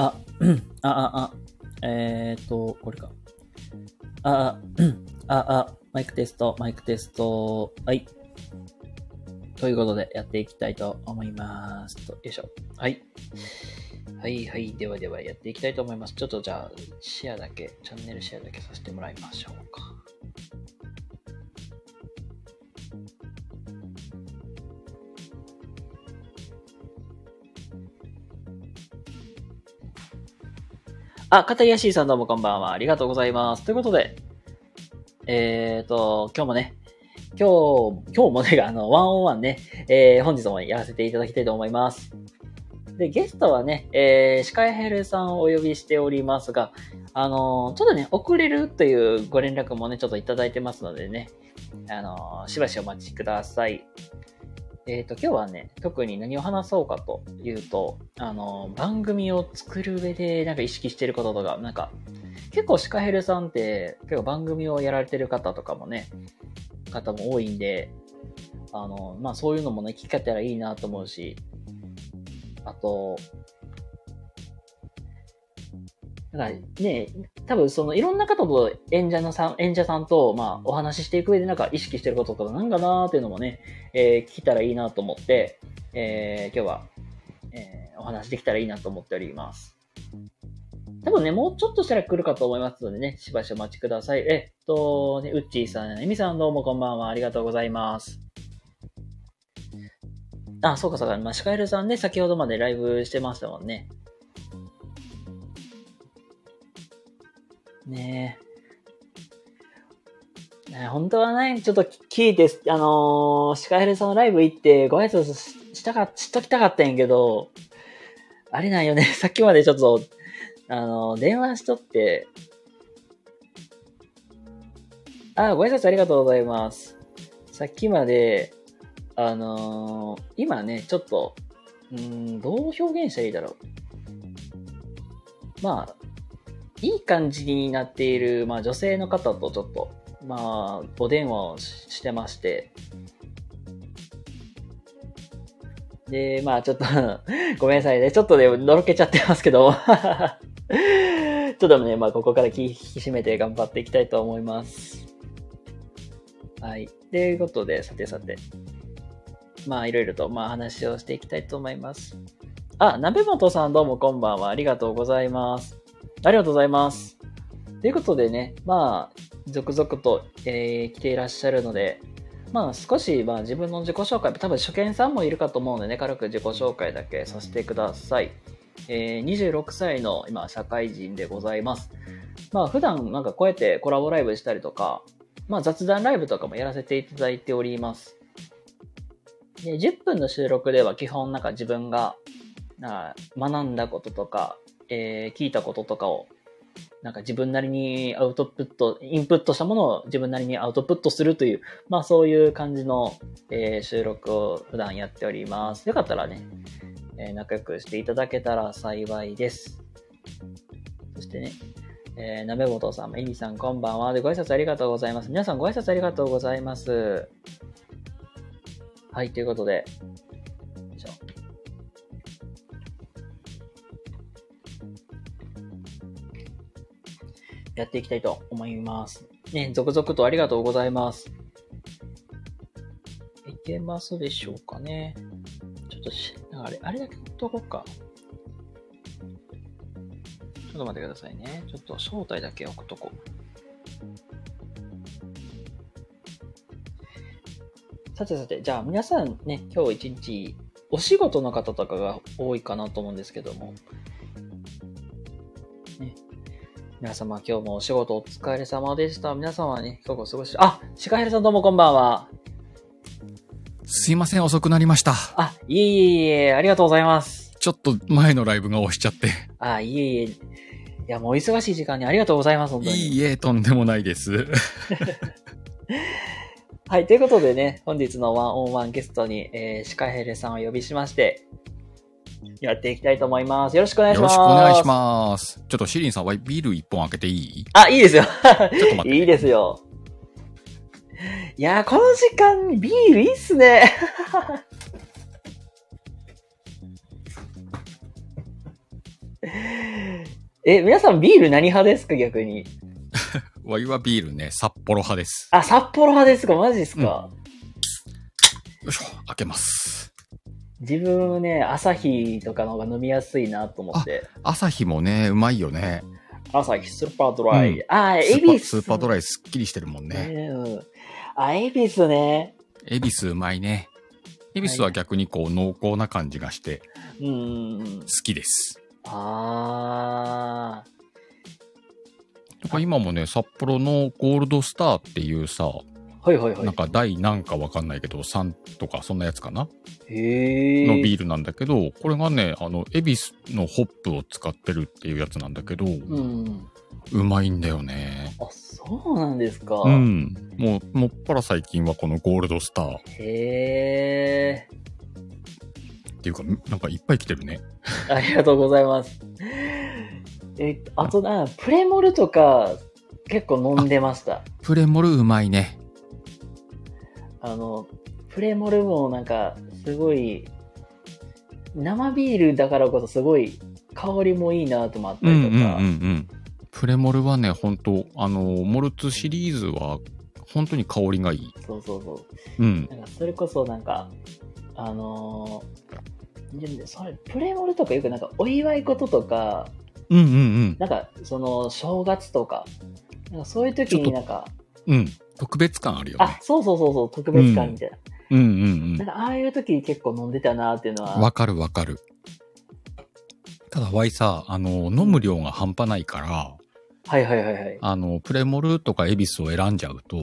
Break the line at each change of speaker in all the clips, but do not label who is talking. あ、あ、あ、えーっと、これか。あ、あ、あ、あ、マイクテスト、マイクテスト、はい。ということで、やっていきたいと思います。とよいしょ。はい。はい、はい。ではでは、やっていきたいと思います。ちょっとじゃあ、シェアだけ、チャンネルシェアだけさせてもらいましょうか。あ、片やしーさんどうもこんばんは。ありがとうございます。ということで、えーと、今日もね、今日、今日もね、あの、ワンオンワンね、えー本日もやらせていただきたいと思います。で、ゲストはね、えー、シカヘルさんをお呼びしておりますが、あのーちょっとね、遅れるというご連絡もね、ちょっといただいてますのでね、あのーしばしお待ちください。えっ、と、今日はね、特に何を話そうかというと、あの、番組を作る上でなんか意識してることとか、なんか、結構シカヘルさんって、結構番組をやられてる方とかもね、方も多いんで、あの、まあそういうのもね、聞けたらいいなと思うし、あと、なんかね、多分そのいろんな方と演者のさん、演者さんと、まあお話ししていく上でなんか意識してることとかなんかなーっていうのもね、えー聞けたらいいなと思って、えー今日は、えーお話できたらいいなと思っております。多分ね、もうちょっとしたら来るかと思いますのでね、しばしお待ちください。えっと、ね、うっちーさん、えみさんどうもこんばんは。ありがとうございます。あ、そうかそうか。まあ、シカエルさんね、先ほどまでライブしてましたもんね。ねえ。ね、本当はね、ちょっと聞いて、あのー、シカヘルさんのライブ行ってご挨拶ししたか、しときたかったんやけど、あれなんよね、 さっきまでちょっと、あのー電話しとって、あ、ご挨拶ありがとうございます。さっきまで、あのー今ね、ちょっと、うーん、どう表現したらいいだろう。まあ、いい感じになっている、まあ、女性の方とちょっと、まあ、お電話をししてまして。で、まあ、ちょっと、 ごめんなさいね。ちょっとね、のろけちゃってますけど。 ちょっとね、まあ、ここから気引き締めて頑張っていきたいと思います。はい。ということで、さてさて。まあ、いろいろと、まあ、話をしていきたいと思います。あ、鍋本さんどうもこんばんは。ありがとうございます。ありがとうございます。ということでね、まあ、続々と、えー来ていらっしゃるので、まあ少し、まあ、自分の自己紹介、多分初見さんもいるかと思うのでね、軽く自己紹介だけさせてください。えー26歳の今、社会人でございます。まあ普段なんかこうやってコラボライブしたりとか、まあ雑談ライブとかもやらせていただいております。で10分の収録では基本なんか自分があ学んだこととか、えー聞いたこととかをなんか自分なりにアウトプット、インプットしたものを自分なりにアウトプットするという、まあそういう感じの、えー収録を普段やっております。よかったらね、えー仲良くしていただけたら幸いです。そしてね、えー、なべぼとさん、えりさん、こんばんは。で、ご挨拶ありがとうございます。皆さんご挨拶ありがとうございます。はい、ということで、よいしょ。やっていきたいと思います。ね、続々とありがとうございます。いけますでしょうかね。ちょっとし、なんかあれ、あれだけ取っとこうか。ちょっと待ってくださいね。ちょっと招待だけ送っとこう。さてさて、じゃあ皆さんね、今日一日、お仕事の方とかが多いかなと思うんですけども、皆様、今日もお仕事お疲れ様でした。皆様ね、今日お過ごし、あ、シカヘルさんどうもこんばんは。
すいません、遅くなりました。
あ、いえいえいえ、ありがとうございます。
ちょっと前のライブが押しちゃって。
あ、いえいえ。いや、もうお忙しい時間にありがとうございます、本当に。
いいえ、とんでもないです。
はい、ということでね、本日のワンオンワンゲストに、えーシカヘルさんをお呼びしまして、やっていきたいと思います。よろしくお願い
よ
しま
ろ
す。
しくお願いします。ちょっとシリンさん、ワイビール一本開けていい
あ、いいですよ。
ちょっと待って。
いいですよ。いやー、この時間、ビールいいっすね。え、皆さんビール何派ですか逆に。
わいはビールね、札幌派です。
あ、札幌派ですかマジですか、
よいしょ、開けます。
自分ね、朝日とかの方が飲みやすいなと思って。
朝日もね、うまいよね。
朝日スーパードライ。あー、
ス
エ
ーパ
ビ
ー
ス。
スーパード
イ。
ライすっきりしてるもんね。
うん。あ、エビスね。
エビスうまいね。エビスは逆にこう濃厚な感じがして
うん
好。きです。
あー。
なんか今もね、札幌のゴールドスターっていうさ、
はいはいは
なん
い。
か第何かわかんないけど、3とかそんなやつかな
へえ。
のビールなんだけど、これがね、あの、エビスのホップを使ってるっていうやつなんだけど、
うん。
うまいんだよね。
あ、そうなんですか。
うん。もう、もっぱら最近はこのゴールドスターっ
へえ。
ていうか、なんかいっぱい来てるね。
ありがとうございます。え、あとな、プレモルとか結構飲んでました。
プレモルうまいね。
あの、プレモルもなんか、すごい、生ビールだからこそすごい香りもいいなともあった
うん
り
う
と
んうんう
か。
ん。プレモルはね、本当あの、モルツシリーズは、本当に香りがいい。
そうそうそ
うん
う。。なんかそれこそなんか、あのーでそれプレモルとかよくなんかお祝い事とか、
うんうん
なんかその正月とか、なんかそういう時になんか、
うん。うん。特別感あるよ
あ
ね、。
そうそうそうそう、特別感みたいな。
うんうん
なんかああいう時結構飲んでたなっていうの
うん。
は
わ。かるわかる。ただ、ワイさ、あの、飲む量が半端ないから、
はいはいはいはい。
あの、プレモルとかエビスを選んじゃうと、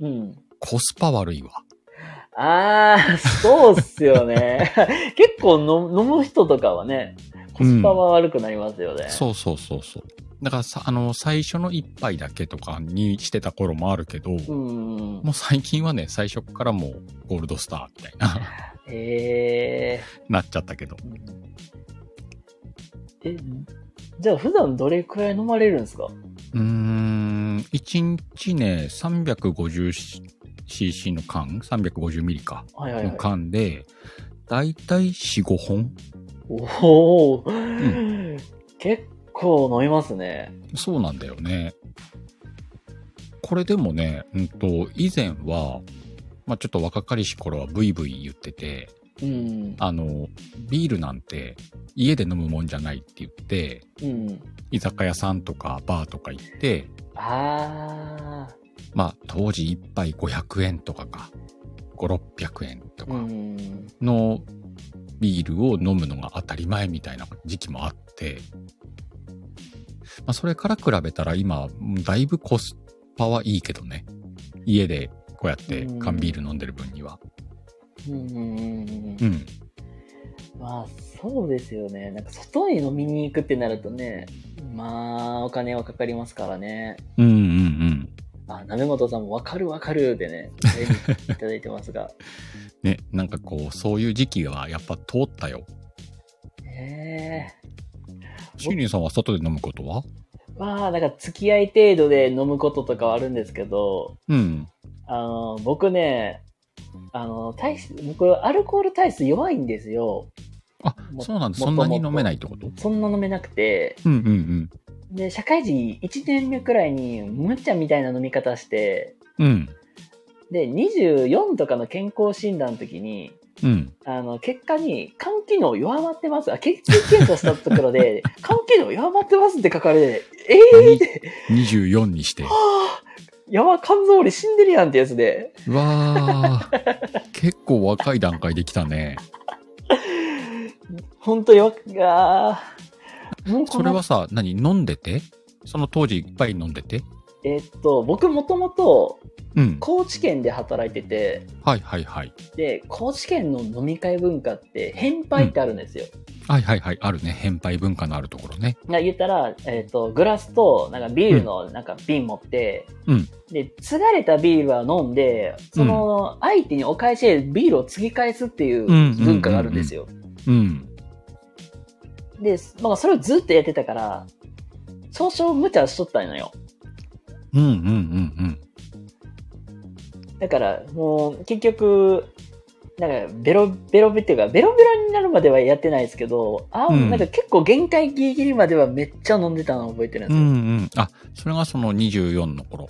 うん。
コスパ悪いわ。
ああ、そうっすよね。 結構の飲む人とかはね、コスパは悪くなりますよね。
そうそうそうそう。だからさ、あの、最初の一杯だけとかにしてた頃もあるけど、
うん。
もう最近はね、最初っからもうゴールドスターみたい な、
え
なっちゃったけど。
ー。え、じゃあ普段どれくらい飲まれるんですか
うーん、1日ね、350cc の缶 ?350 ミリか。
はいはいは
の
い。
缶で、だいたい4、5本
おお、結構飲みますね。
そうなんだよね。これでもね、うんと、以前は、まあちょっと若かりし頃はブイブイ言ってて、
うん。
あの、ビールなんて家で飲むもんじゃないって言って、
うん。
居酒屋さんとかバーとか行って、
ああ。
まあ当時1杯500円とかか、5、600円と
う
か
ん。
のビールを飲むのが当たり前みたいな時期もあって、まあそれから比べたら今、だいぶコスパはいいけどね。家でこうやって缶ビール飲んでる分には。
うんうんうん
う。ん。
まあそうですよね。なんか外に飲みに行くってなるとね、まあお金はかかりますからね。
うんうんうん。
あ、鍋本さんもわかるわかるでね、メールいただいてます が。
ね、なんかこう、そういう時期はやっぱ通ったよ。
ええ
シーリンさんは外で飲むことは
まあなんか付き合い程度で飲むこととかはあるんですけど、
うん。
あの、僕ね、あの、体質、僕アルコール体質弱いんですよ。
あ、
も
そうなんだ。
も
そ
っと
ん
もっ
な
と
に飲めないってこと
そんな飲めなくて、
うんうんうん。
で、社会人1年目くらいにむっちゃみたいな飲み方して、
うん。
で、24とかの健康診断の時に、
うん。
あの、結果に、肝機能弱まってます。あ、血液検査したところ で、肝機能弱まってますって書かれて、ええー、って、
24にして。
はぁ、やば、肝臓俺死んでるやんってやつで。
うわー。結構若い段階できたね。
ほんと弱く、あーもうこ
それ
の
はさ、何飲んでてその当時いっぱい飲んでて
えっと、僕もともと、
うん。
高知県で働いてて、
はいはいはい。
で、高知県の飲み会文化って、返杯ってあるんですよ。
はいはいはい。あるね。返杯文化のあるところね。
な言ったら、えっとグラスとなんかビールのなんか瓶持って、
うん
で継がれたビールは飲んでその相手にお返しでビールを継ぎ返すっていう文化があるんですよ。
うん。
で、まあ、それをずっとやってたから少々無茶しとったのよ。
うんうんうん
だからもう結局なんかベロベロっていうかベロベロになるまではやってないですけどあ、
うん
なんか結構限界ギリギリまではめっちゃ飲んでたのを覚えてるん
う
で
ん
す
う
よ、
ん。あ、それがその24の頃。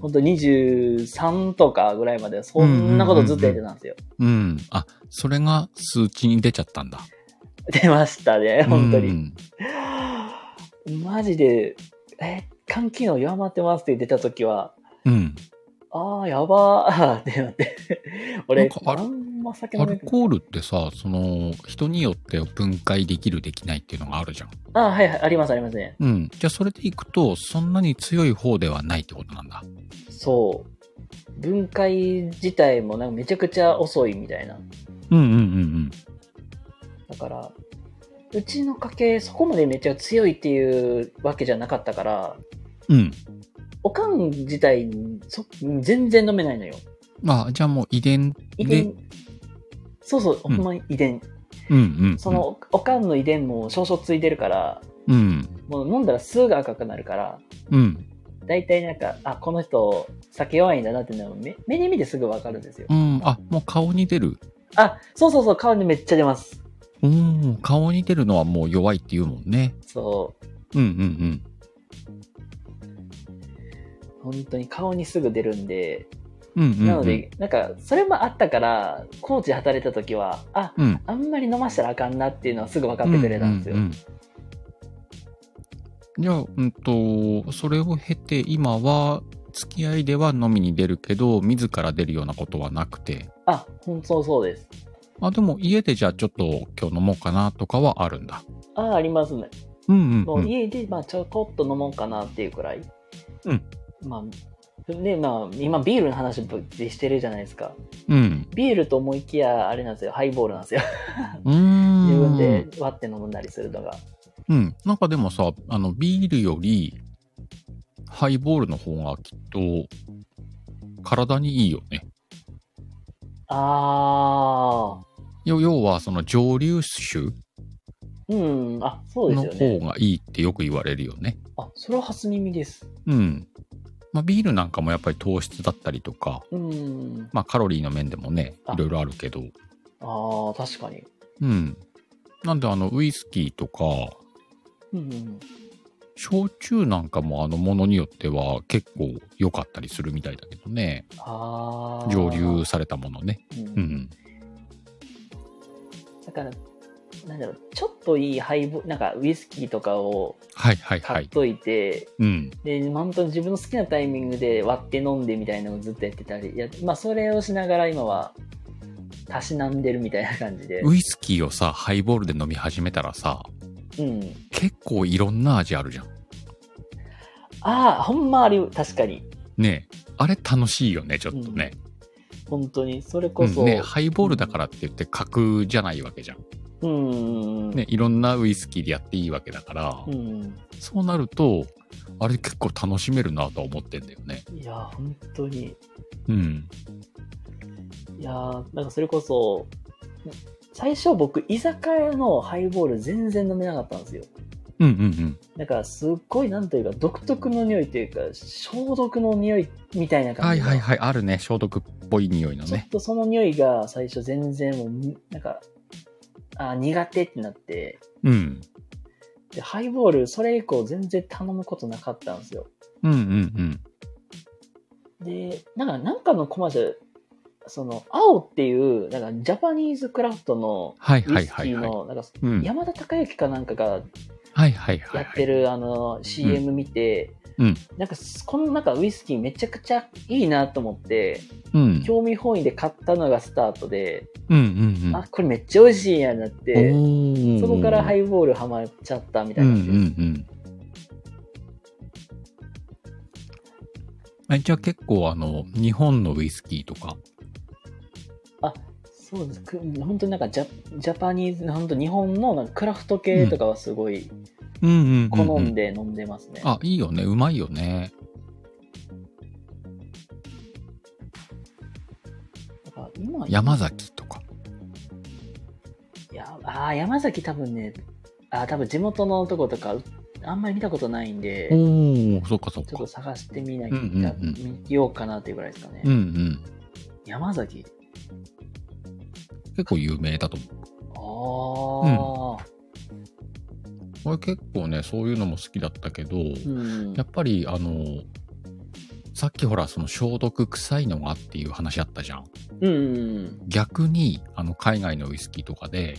ほんと23とかぐらいまではそんなことずっとやってたんですよ、
うん。あ、それが数値に出ちゃったんだ。
出ましたね本当に、
うん
マジで「え肝機能弱まってます」って出た時は
うん。
「ああやばー」 ってなって
なん
俺
かあ
あ
れ
んま酒
ア
飲め
ル
ない
コールってさ、その、人によって分解できる、できないっていうのがあるじゃん。
あーはいはいありますありますね
うん。じゃあ、それでいくと、そんなに強い方ではないってことなんだ。
そう分解自体もなんかめちゃくちゃ遅いみたいな
うんうんうん
だから、うちの家系、そこまでめっちゃ強いっていうわけじゃなかったから、
うん。うん。
おかん自体そ、全然飲めないのよ。
まあ、じゃあもう遺伝
遺
で
伝、、そうそう、ほんまに遺伝。
うんうんうん。
そ、の、おかんの遺伝も少々ついてるから、
うん。
もう飲んだらすぐ赤くなるから、
うん。
大体なんか、あ、この人、酒弱いんだなっていうのは目目に見てすぐわかるんですよ
う。ん。あ、もう顔に出る。
あ、そうそうそう、顔にめっちゃ出ます。
うん。顔に出るのはもう弱いって言うもんね。
そう。
うんうん
本当に顔にすぐ出るんで、
うん。うんうん、うん。
なので、なんか、それもあったから、コーチ働いた時は、あ、
うん、
あんまり飲ましたらあかんなっていうのはすぐ分かってくれたんですよ。
うううんじゃあ、うんと、それを経て、今は、付き合いでは飲みに出るけど、自ら出るようなことはなくて、
あ、本当そうです。
あ、でも家でじゃあちょっと今日飲もうかなとかはあるんだ。
あ、ありますね。
うんうん、
も
う。
うん家で、まあ、ちょこっと飲もうかなっていうくらい。
うん。
まあ、で、まあ、今ビールの話ぶってしてるじゃないですか。
うん。
ビールと思いきや、あれなんですよ、ハイボールなんですよ。
うーん。
自分で割って飲んだりするのが。
うん。なんかでもさ、あの、ビールより、ハイボールの方がきっと、体にいいよね。
あ
要要は、その蒸留酒
ー。うん、あ、そうで
の
すよね。
方がいいってよく言われるよね。
あ、それは初耳です。
うん。まあ、ビールなんかもやっぱり糖質だったりとか、
うん。
まあ、カロリーの面でもね
あ、
いろいろあるけど、
あー、確かに。
うん。なんで、あの、ウイスキーとか、
うんうん。
焼酎なんかもあのものによっては結構良かったりするみたいだけどね。
あー。
蒸留されたものね。
うん
うん。
だから、なんだろう、ちょっといいハイボなんかウイスキーとかを
はいはいは
買っ
い。
といて、
うん。
で、本当に自分の好きなタイミングで割って飲んでみたいなのをずっとやってたり、やまあ、それをしながら今は、たしなんでるみたいな感じで。
ウイスキーをさ、ハイボールで飲み始めたらさ、
うん。
結構いろんな味あるじゃん。
ああ、ほんまある、確かに。
ねえあれ楽しいよね、ちょっとね。
本当に。それ
う
こ
ん、
そ。
ねえハイボールだからって言って格じゃないわけじゃん。
うんうんうん。
ね、いろんなウイスキーでやっていいわけだから、
うん。
そうなると、あれ結構楽しめるなとは思ってんだよね。
いや、本当に。
うん。
いやーなんかそれこそ、最初僕、居酒屋のハイボール全然飲めなかったんですよ。
うんうん
なんかすっごいなんというか独特の匂いというか消毒の匂いみたいな
うん。は
感
い
じの
はいはい、あるね。消毒っぽい匂いの
ちょっ
ね。
とその匂いが最初全然もうむなんかあー苦手ってなって
うん。
でハイボールそれ以降全然頼むことなかったんですよ
うんうんうん。
でなんかなんかのコマーシャルその青っていうなんかジャパニーズクラフトの
はい
ウ
は
イ
い
スキ
はい
ー
はい。
のなんか
うん。
山田孝之かなんかが
はいはいは
や
い
っ
は
て
い。
るあの CM 見て、
うん
なんかこのなんかウイスキーめちゃくちゃいいなと思って
うん。
興味本位で買ったのがスタートで、
うんうんうん。
あこれめっちゃ美味しいんやなってそこからハ
っ
イボールハマっちゃったみた
う
い
んう
なん感じです、
んうん。えじゃあ結構あの、日本のウイスキーとか。
そうですく本当になんかジャジャパニーズ本当日本のなんかクラフト系とかはすごい
うんうんうん、うん。
好んで飲んでますね、
あ、いいよね。うまいよね。
だから今
山崎とか。
いやあー山崎多分ねあー多分地元のとことかあんまり見たことないんで、
おお、そっかそっ
ちょ
か
っと。探してみない、
うんうんうん
見ようかなっていうぐらいですかね。
うんうん。
山崎
結構有名だと思う。
ああ。
俺結構ね、そういうのも好きだったけど、
うん。
やっぱり、あの、さっきほら、その消毒臭いのがっていう話あったじゃん。
うん。
逆に、あの、海外のウイスキーとかで、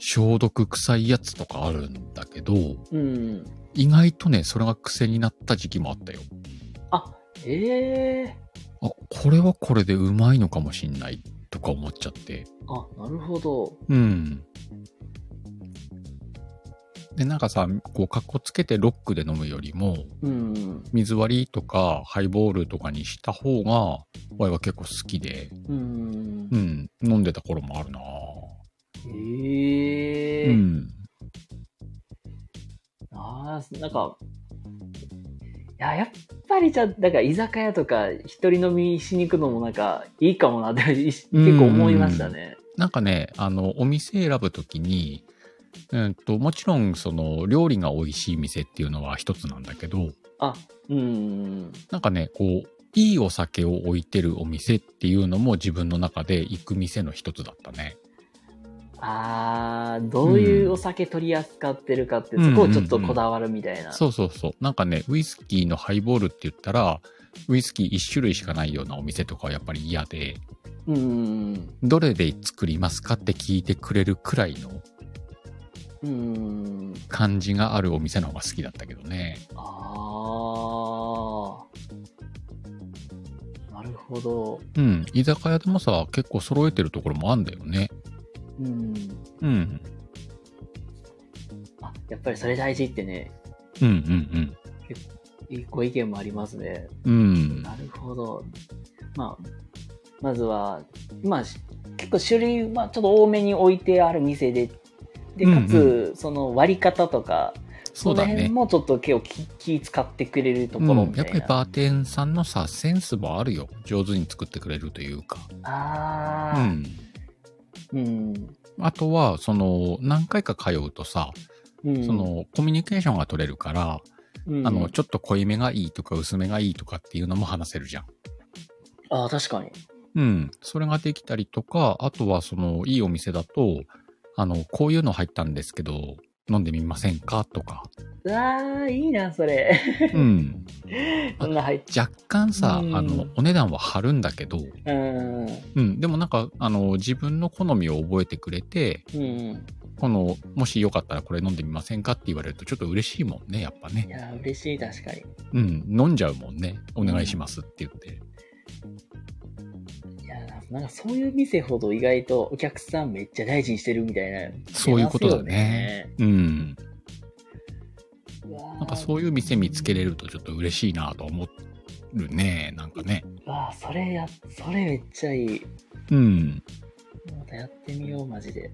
消毒臭いやつとかあるんだけど、
うん。
意外とね、それが癖になった時期もあったよ。
ええ
あ、これはこれでうまいのかもしんないとか思っちゃって。
あ、なるほど。
うん。で、なんかさ、こう、かっこつけてロックで飲むよりも、
うん。
水割りとかハイボールとかにした方が、俺は結構好きで、
うん
う。ん、飲んでた頃もあるな
ええ
うん。
ああ、なんか、いや、やっぱりじゃあ、だから居酒屋とか一人飲みしに行くのもなんかいいかもなってい結構思いましたね。
なんかね、あの、お店選ぶときに、うんと、もちろん、その、料理が美味しい店っていうのは一つなんだけど、
あ、うん。
なんかね、こう、いいお酒を置いてるお店っていうのも自分の中で行く店の一つだったね。
ああ、どういうお酒取り扱ってるかって、そこをちょっとこだわるみたいな。
そうそうそう。なんかね、ウイスキーのハイボールって言ったら、ウイスキー1種類しかないようなお店とかはやっぱり嫌で、
うん。
どれで作りますかって聞いてくれるくらいの
うん。
感じがあるお店の方が好きだったけどね。
ああ。なるほど。
うん。居酒屋でもさ、結構揃えてるところもあんだよね。
うん。
うん。
あ、やっぱりそれ大事ってね、
うんうん
ご意見もありますね。
うん。うん。
なるほど。まあ、まずは、まあ、し結構種類、まあ、ちょっと多めに置いてある店で、で、
うんう
か
ん
つ、その割り方とか、
そうだ
の辺
ね。
もちょっと結構気気使ってくれるところ
うん
みた
や
い
っ
な。
ぱりバーテンさんのさ、センスもあるよ。上手に作ってくれるというか。
あ
う
あ、
ん。
うん。
あとは、その、何回か通うとさ、
うん。
そ、の、コミュニケーションが取れるから、
うん、
あの、ちょっと濃いめがいいとか薄めがいいとかっていうのも話せるじゃん。
ああ、確かに。
うん。それができたりとか、あとはその、いいお店だと、あの、こういうの入ったんですけど、飲んでみませんかとか。
うわあ、いいな、それ。
うん。
こんな入っち
若干さ、
うん
あの、お値段は張るんだけど、
ゃう。うん。
うん。でもなんか、あの、自分の好みを覚えてくれて、
うん。
この、もしよかったらこれ飲んでみませんかって言われるとちょっと嬉しいもんね、やっぱ
い
ね。
やー、嬉しい、確かに。
うん。飲んじゃうもんね。お願いしますって言って。
いやーなんかそういう店ほど意外とお客さんめっちゃ大事にしてるみたいな。
そういうことだね。うん。
な
なんかそういう店見つけれるとちょっと嬉しいなと思るね。なんかね。
わあそれやそれめっちゃいい
うん。
またやってみようマジで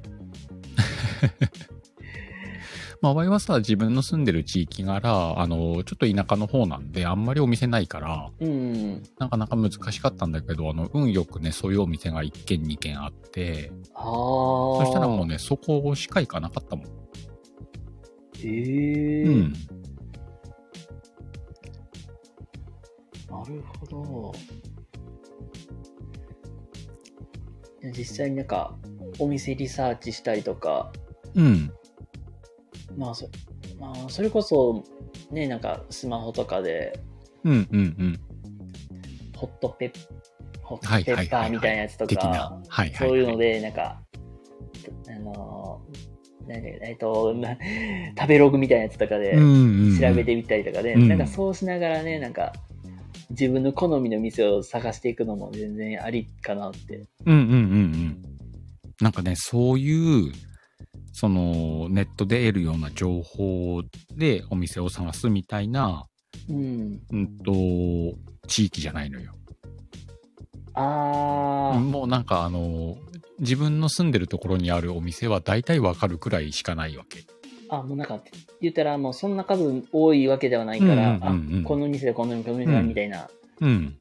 まあ、場合はさ、自分の住んでる地域柄、あの、ちょっと田舎の方なんで、あんまりお店ないから、
うん
なかなか難しかったんだけど、あの、運よくね、そういうお店が1軒2軒あって、
ああ
そ
そ
したらもうね、そこしか行かなかったもん。
ええ
う
ー
ん。
なるほどいや実際になんかお店リサーチしたりとか
うん。
まあそ,、まあ、それこそねなんかスマホとかで
うんうんうん。
ホットペッホッ
はい
ト
はい
ペ
は
ッパー
いはい
みたいなやつと
的
か、
な。はいはい、はい。
そういうので、なんか、あのー、なんだっけえっと、な食べログみたいなやつとかで
うんうんうん、
調べてみたりとかで、
うん
なんかそうしながらね、なんか、自分の好みの店を探していくのも全然ありかなって。
うんうんうんうん。なんかね、そういう、その、ネットで得るような情報でお店を探すみたいな、
うん。
うんと、地域じゃないのよ。
あー、
もうなんかあの、自分の住んでるところにあるお店は大体わかるくらいしかないわけ。
あ、もうなんか、言ったらもうそんな数多いわけではないから、
うんうんうんう
あ、
ん
この店でこの店この店だみたいな、
うん。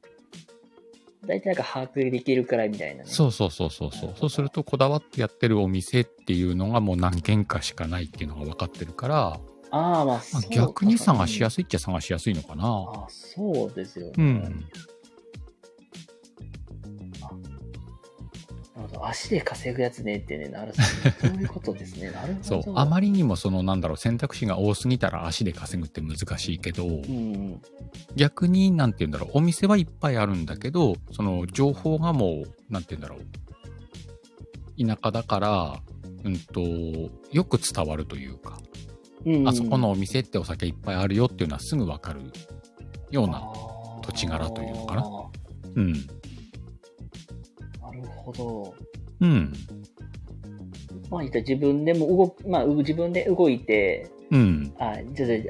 大体なんか把握できるくらいみたいなね。
そうそうそうそうそう。そうすると、こだわってやってるお店っていうのがもう何軒かしかないっていうのが分かってるから、
あー、まあ、
ま
そ
あ
うか
逆に探しやすいっちゃ探しやすいのかな。
あ、そうですよね。
うん。
あほど。足で稼ぐやつねってね、なるほど。そういうことですね。なるほど。
そうあまりにもそのなんだろう選択肢が多すぎたら足で稼ぐって難しいけど、
うんうん。
逆になんて言うんだろうお店はいっぱいあるんだけどその情報がもうなんて言うんだろう田舎だから、うん、とよく伝わるというか、
うんうん
あそこのお店ってお酒いっぱいあるよっていうのはすぐ分かるような、土地柄というのかな
な。
うん
なるほど。
うん
まあ、言ったら自分でも動く、まあ、う自分で動いて、
うん
あ、ちょっ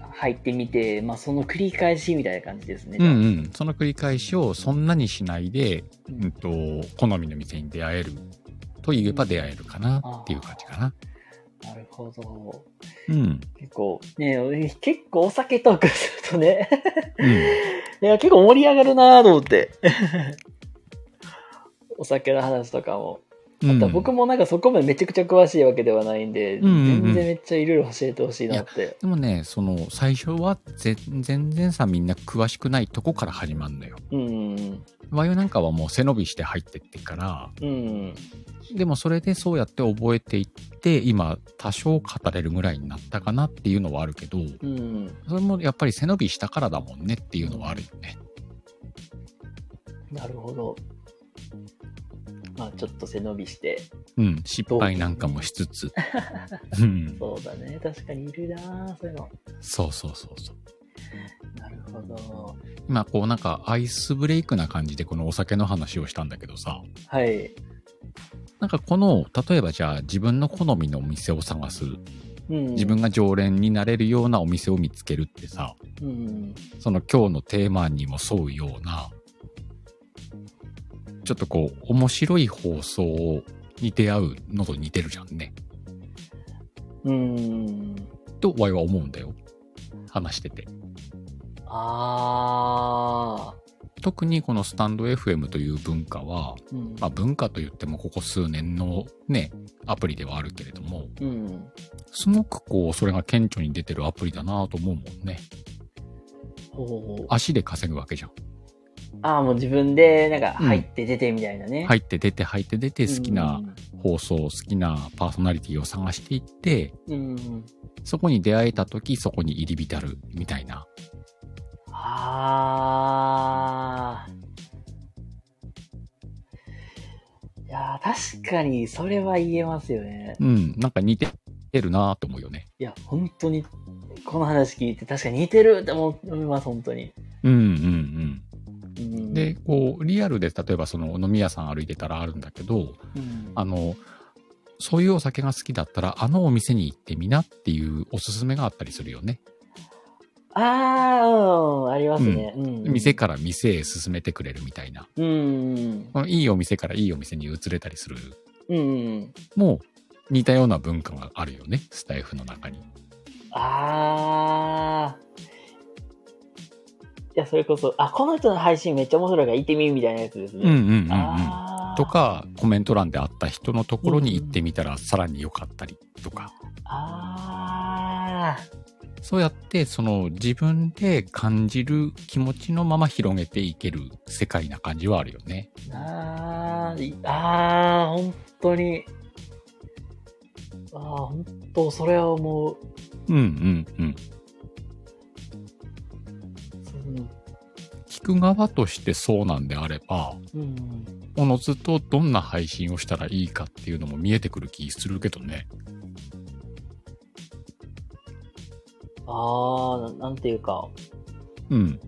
と入ってみて、まあ、その繰り返しみたいな感じですね。
うんうんその繰り返しをそんなにしないで、うん、と好みの店に出会えるといえば出会えるかなっていう感じかな。
なるほど。
うん
結構、ね、結構お酒トークするとね、
うん
いや、結構盛り上がるなと思って。 お酒の話とかも。
うん
僕もなんかそこまでめちゃくちゃ詳しいわけではないんで、
うんうんうん
全然めっちゃいろいろ教えてほしいなって。
でもね、その最初はぜ全然さみんな詳しくないとこから始まるのよ。
うんうん
和洋なんかはもう背伸びして入ってってから、
うん。うん
でもそれでそうやって覚えていって、今多少語れるぐらいになったかなっていうのはあるけど、
うん。うん
それもやっぱり背伸びしたからだもんねっていうのはあるよね。
なるほど。まあちょっと背伸びして。
うん、失敗なんかもしつつ。 うん、
そうだね。確かにいるなそういうの。
そうそうそうそう。
なるほど。
今こうなんかアイスブレイクな感じでこのお酒の話をしたんだけどさ、
はい。
なんかこの、例えばじゃあ自分の好みのお店を探す、
うん、
自分が常連になれるようなお店を見つけるってさ、
うん。
その今日のテーマにも沿うような、ちょっとこう、面白い放送に出会うのと似てるじゃんね。
うん。
と、ワイは思うんだよ。話してて。
ああ。
特にこのスタンド FM という文化は、
うん。
まあ文化と言ってもここ数年のね、アプリではあるけれども、
うん。
すごくこう、それが顕著に出てるアプリだなと思うもんね。
ほうほう
足で稼ぐわけじゃん。
ああ、もう自分で、なんか、入って出てみたいなね。
入って出て入って出て好きな
うん
放送、好きなパーソナリティを探していって、
うん。
そこに出会えた時そこに入り浸るみたいな。
ああ。いやー、確かに、それは言えますよね。
うん、なんか似てるなと思うよね。
いや、本当に、この話聞いて、確かに似てるって思います、本当に。
うんうん
う
うん。
ん、
で、こう、リアルで例えばその飲み屋さん歩いてたらあるんだけど、
うん、
あの、そういうお酒が好きだったら、あのお店に行ってみなっていうおすすめがあったりするよね。
ああ、うん、ありますね。うん。
店から店へ進めてくれるみたいな。
うん。
このいいお店からいいお店に移れたりする
うん。
もう似たような文化があるよね、スタイフの中に。
ああ。いや、それこそ、あ、この人の配信めっちゃ面白いから行ってみるみたいなやつですね。
うんうんうんうん。
あー
とか、コメント欄であった人のところに行ってみたらさらに良かったりとか、
あー
そうやってその自分で感じる気持ちのまま広げていける世界な感じはあるよね。
あーいあー本当にああ本当それは思う、
うんうんうん。
うん
聞く側としてそうなんであれば、
うん、
おのずとどんな配信をしたらいいかっていうのも見えてくる気するけどね。
ああなんていうか
うん。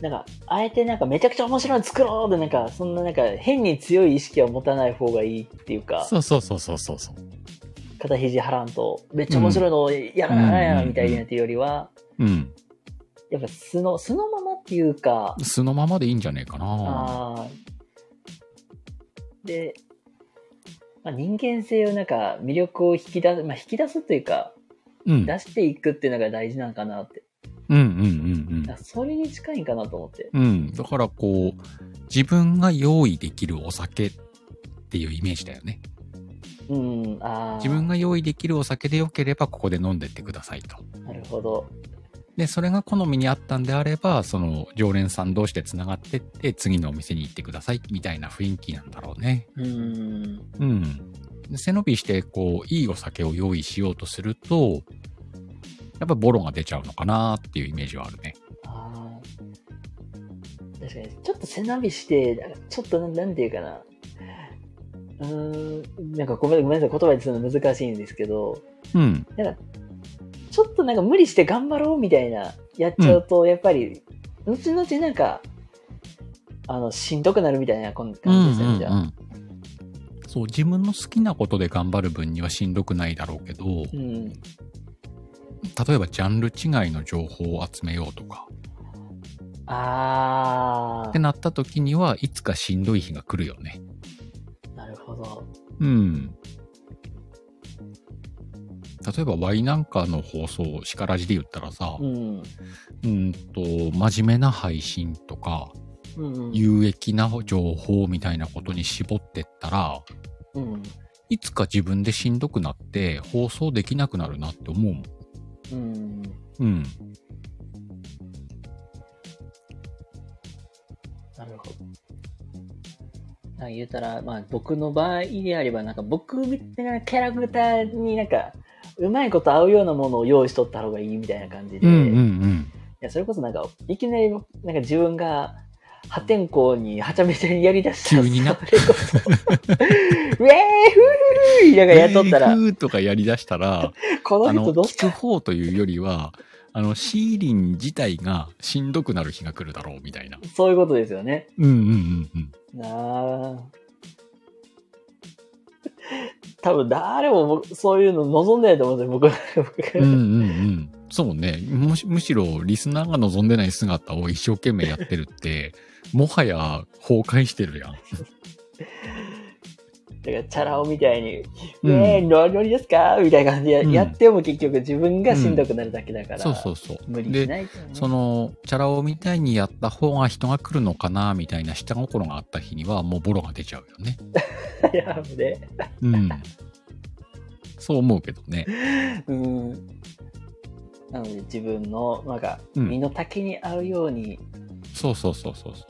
なんかあえてなんかめちゃくちゃ面白いの作ろうでなんかそんななんか変に強い意識は持たない方がいいっていうか
そうそうそうそうそうそう。
肩肘張らんとめっちゃ面白いのをやらなやらみたいなっていうよりは
うん。
やっぱ素の素のままっていうか
素のままでいいんじゃねえかな。
あーで、まあ、人間性をなんか魅力を引き出す、まあ、引き出すというか
うん。
出していくっていうのが大事なのかなって
うんうんうん
なんかそれに近いんかなと思って
うん。うん。だからこう、自分が用意できるお酒っていうイメージだよね。
うんああ
自分が用意できるお酒でよければここで飲んでってくださいと。
なるほど
で、それが好みにあったんであれば、その常連さん同士で繋がってって、次のお店に行ってください、みたいな雰囲気なんだろうね。
うん。
うん。で背伸びして、こう、いいお酒を用意しようとすると、やっぱボロが出ちゃうのかなっていうイメージはあるね。
あー確かに、ちょっと背伸びして、なんかちょっとななんていうかな。うーん、なんかごめんごめんなさい、言葉にするの難しいんですけど、
うん。
ちょっとなんか無理して頑張ろうみたいな、やっちゃうと、やっぱり、後々なんか、あの、しんどくなるみたいなこん感じですよね、じゃあ。
ん。そう、自分の好きなことで頑張る分にはしんどくないだろうけど、
うん。
例えばジャンル違いの情報を集めようとか、
あ
って
ー、
なった時にはいつかしんどい日が来るよね。
なるほど。
うん。例えばワイなんかの放送、シカラジで言ったらさ、
うん。
うんと、真面目な配信とか、
うん。
有益な情報みたいなことに絞ってったら、
うん。
いつか自分でしんどくなって放送できなくなるなって思うもん。
うん。
うん。
なるほど。なんか言うたら、まあ僕の場合であれば、なんか僕みたいなキャラクターになんか、うまいこと合うようなものを用意しとった方がいいみたいな感じで、い
ん
やそれこそなんか、いきなりなんか自分が破天荒にはちゃめちゃにやりだしたら
急にな
それこそ、 ウェーフーフーなんかやっとったら、
ふーとかやりだしたら、
こ
あ
の
の、
人どう
聞く方というよりは、あの、シーリン自体がしんどくなる日が来るだろうみたいな。
そういうことですよね。
うんうんうんうん。
なあ。多分誰も僕そういうの望んでないと思うんですよ、僕。僕
うんうんうん。そうね。むしむしろ、リスナーが望んでない姿を一生懸命やってるって、もはや崩壊してるやん。
だからチャラ男みたいに「
うん
ねえノリノリですか?」みたいな感じで
うん
やっても結局自分がしんどくなるだけだから、
そうそうそう。
無理し
で、
ないとね
その、チャラ男みたいにやった方が人が来るのかな、みたいな下心があった日には、もうボロが出ちゃうよね。
い やもうね
うん。そう思うけどね。
うんなので自分のなんか
うん
身の丈に合うように
そうそうそうそうそう。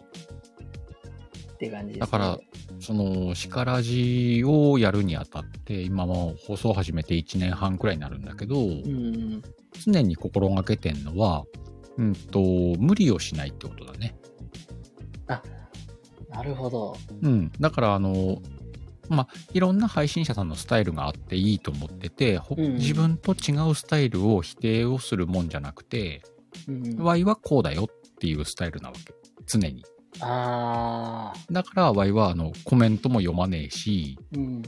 っていう感じです、ね
だから、その、シカラジをやるにあたって、今も放送始めて1年半くらいになるんだけど、
うん
常に心がけてんのは、うんと、無理をしないってことだね。
なるほど
うん。だから、あの、まあ、いろんな配信者さんのスタイルがあっていいと思ってて、ほ
うん
自分と違うスタイルを否定をするもんじゃなくて、
うん
ワイはこうだよっていうスタイルなわけ。常に。
ああ
だから、ワイは、あの、コメントも読まねえし、
うん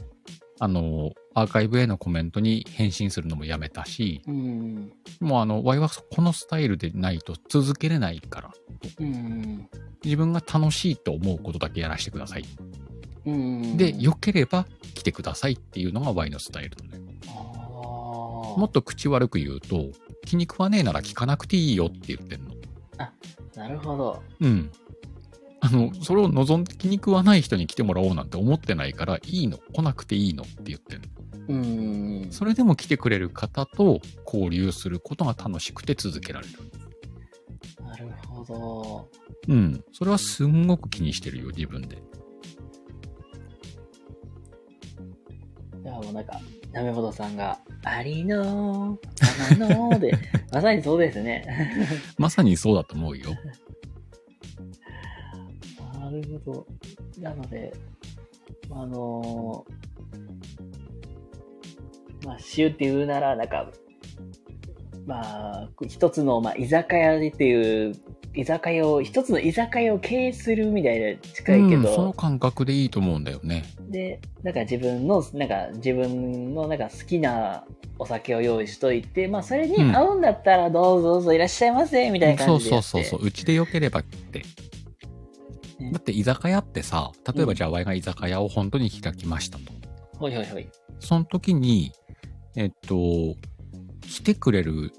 あの、アーカイブへのコメントに返信するのもやめたし、
うん
もうあの、ワイはこのスタイルでないと続けれないから、
うん
自分が楽しいと思うことだけやらせてください。
うん
で、良ければ来てくださいっていうのがワイのスタイルだね。
あ
も
も
っと口悪く言うと、気に食わねえなら聞かなくていいよって言ってんの。
なるほど
うん。あの、それを望んで気に食わない人に来てもらおうなんて思ってないから、いいの、来なくていいのって言ってんの。
うん
それでも来てくれる方と交流することが楽しくて続けられる。
なるほど
うん。それはすんごく気にしてるよ、自分で。
いやもうなんか、なめほどさんが、ありのー、ままのー で、まさにそうですね。
まさにそうだと思うよ。
なるほど。なので、あのー、まあ、週っていうなら、なんか、まあ、一つの、まあ、居酒屋でっていう、居酒屋を、一つの居酒屋を経営するみたいな近いけ
うん、その
ど、
感覚でいいと思うんだよね。
で、なんか自分の、なんか自分の、なんか好きなお酒を用意しといて、まあそれに合うんだったらどうぞどうぞいらっしゃいませ、みたいな
そ
感
う
じで
そ
やっ
う
て。
そうそう。うちでよければって。
ね
だって居酒屋ってさ、例え
う
ば
ん
じゃあワイが居酒屋を本当に開きましたと。
ほいほいほい。
その時に、えっと、来てくれる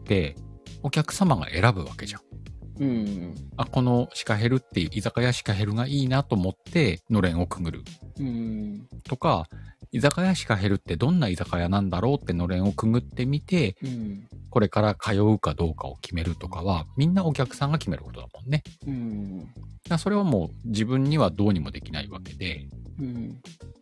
って、お客様が選ぶわけじゃん。
うん。
あ、このシカヘルっていう居酒屋シカヘルがいいなと思って、のれんをくぐる。
うん。
とか、居酒屋しか減るってどんな居酒屋なんだろうってのれんをくぐってみて、
うん。
これから通うかどうかを決めるとかは、みんなお客さんが決めることだもんね。
うん。
だからそれはもう自分にはどうにもできないわけで、
うん。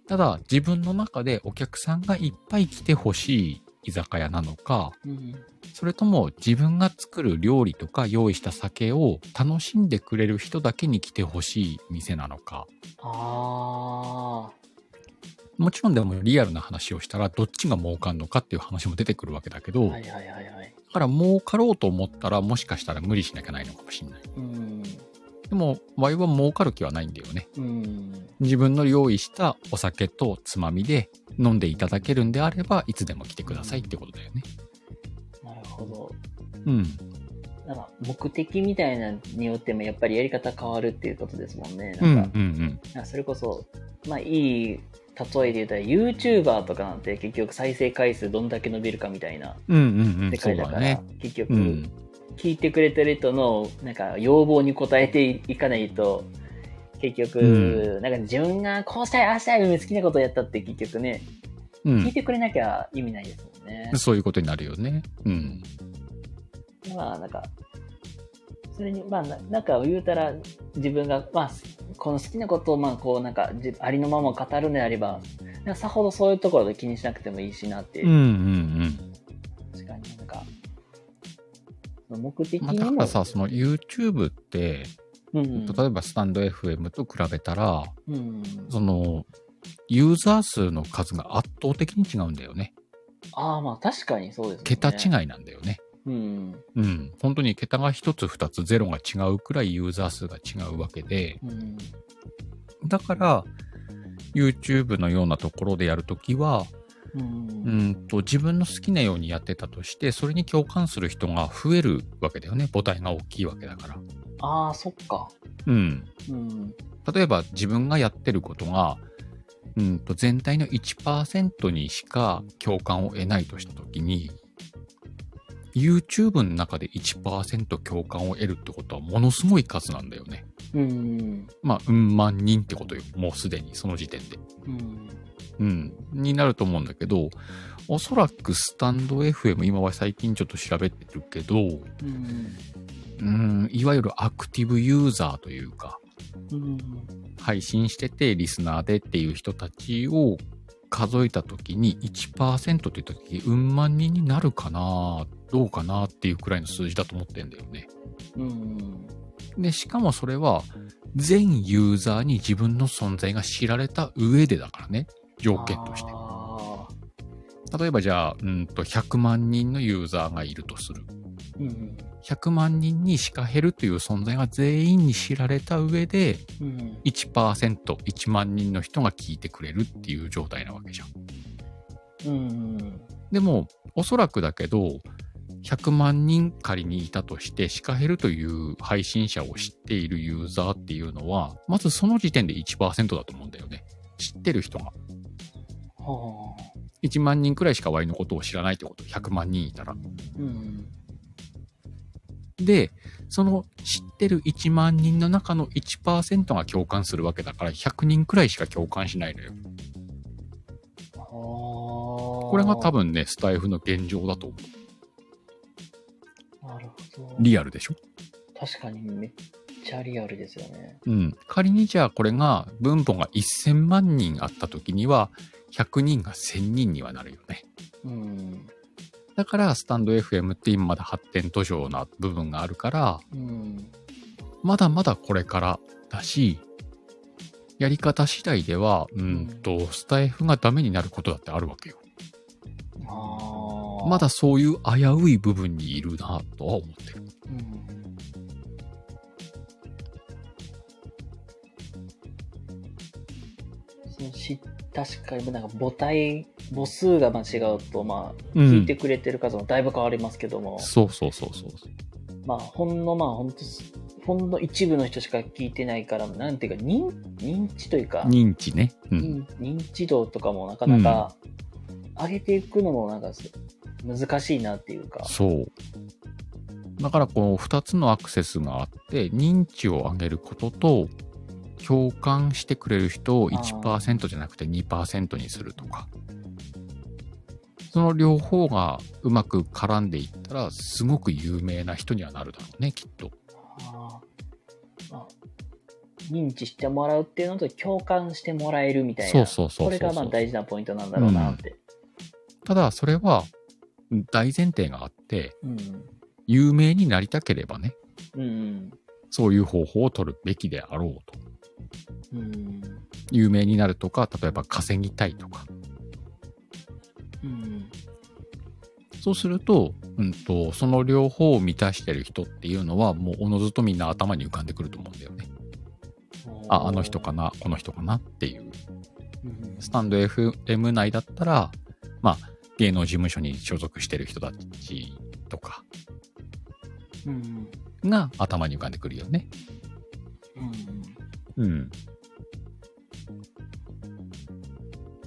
ただ自分の中でお客さんがいっぱい来てほしい居酒屋なのか、
うん。
それとも自分が作る料理とか用意した酒を楽しんでくれる人だけに来てほしい店なのか、
ああ。
もちろんでもリアルな話をしたらどっちが儲かんのかっていう話も出てくるわけだけど、
はいはいはいはい。
だから儲かろうと思ったらもしかしたら無理しなきゃないのかもしれない。
うん。
でも、ワイは儲かる気はないんだよね。
うん。
自分の用意したお酒とつまみで飲んでいただけるんであれば、いつでも来てくださいってことだよね。
なるほど。
うん。
なんか目的みたいなのによってもやっぱりやり方変わるっていうことですもんね。
うん、うん、
な
うん
か、
ん。
なんかそれこそ、まあいい例えで言ったら YouTuber とかなんて結局再生回数どんだけ伸びるかみたいな
うん、うん、うん。
世
そう
界だか
だ
ら、
ね。
結局、
うん。
聞いてくれてる人のなんか要望に応えていかないと、結局、
う
なんか自分がこうしたい、ああしたい、好きなことをやったって結局ね、
う
聞い
ん。
てくれなきゃ意味ないですもんね。
そういうことになるよね。うん。
まあなんか、それに、まあななんか言うたら自分が、まあ、この好きなことをまあこうなんかじありのまま語るのであれば、なんかさほどそういうところで気にしなくてもいいしなって、
うん、うん、うん。
確かになんか、目的
まあ、
に
だか
も、
らさ、その YouTube って、
うん、
例えばスタンド FM と比べたら、
うん、
その、ユーザー数の数が圧倒的に違うんだよね。
ああまあ確かにそうですね。
桁違いなんだよね。
うん。
うん。本当に桁が一つ二つゼロが違うくらいユーザー数が違うわけで、
うん。
だから、YouTube のようなところでやるときは、
う。
うんんと、自分の好きなようにやってたとして、それに共感する人が増えるわけだよね。母体が大きいわけだから。
ああ、そっか。
うん。
うん。
例えば自分がやってることが、うんと、全体の1%にしか共感を得ないとしたときに、YouTube の中で1%共感を得るってことはものすごい数なんだよね。
うん。
まあ、うん、万人ってことよ。もうすでに、その時点で。
うん。
うん。になると思うんだけど、おそらくスタンド FM、今は最近ちょっと調べてるけど、
うん。
うん、いわゆるアクティブユーザーというか、
うん。
配信しててリスナーでっていう人たちを数えた時に1%っていう時、うん万人になるかな、どうかなっていうくらいの数字だと思ってんだよね。
うん。
で、しかもそれは、全ユーザーに自分の存在が知られた上でだからね。条件として。
ああ。
例えばじゃあ、うんと、100万人のユーザーがいるとする。
うん。
100万人にシカヘルという存在が全員に知られた上で、
うん。
1%、1万人の人が聞いてくれるっていう状態なわけじゃん。
うん。
でも、おそらくだけど、100万人仮にいたとして、シカヘルという配信者を知っているユーザーっていうのは、まずその時点で1%だと思うんだよね。知ってる人が。
はあ。
1万人くらいしかワイのことを知らないってこと、100万人いたら。
うん。
で、その知ってる1万人の中の1%が共感するわけだから、100人くらいしか共感しないのよ。
はあ。
こ
こ
れが多。分ね、スタイフの現状だと思う。
なるほど。
リアルでしょ
確かにめっちゃリアルですよね。
うん。仮にじゃあこれが分母が1000万人あった時には、100人が1000人にはなるよね。
うん。
だから、スタンド FM って今まだ発展途上な部分があるから、
うん。
まだまだこれからだし、やり方次第では、うんと、スタイフがダメになることだってあるわけよ。
ああ。
ま。だそういう危うい部分にいるなとは思ってる。
うん。そのし確かになんか母体母数がまあ違うと、まあ、
う
聞いてくれてる数もだいぶ変わりますけども、
そうそうそうそう。
まあ、ほんのまあ本当ほんの一部の人しか聞いてないからなんていうか認認知というか
認知ね。うん。
認認知度とかもなかなか上げていくのもなんかす難しいなっていうか、
そう。だからこう、二つのアクセスがあって、認知を上げることと、共感してくれる人を
あー
1%じゃなくて2%にするとかその両方がうまく絡んでいったらすごく有名な人にはなるだろうねきっと
あーまあ認知してもらうっていうのと共感してもらえるみたいな。
そうそうそうそうそう
これがまあ大事なポイントなんだろうなって。
ただそれは大前提があって
うん。
有名になりたければね
うん。うん
そういう方法を取るべきであろうと
うん。
有名になるとか例えば稼ぎたいとか
うん。
そうすると,、うん、と、その両方を満たしてる人っていうのは、もうおのずとみんな頭に浮かんでくると思うんだよね。あ、あの人かな、この人かなっていう。
うん。
スタンド FM 内だったら、まあ、芸能事務所に所属してる人たちとか
うん。
が頭に浮かんでくるよね。
うん。
うん。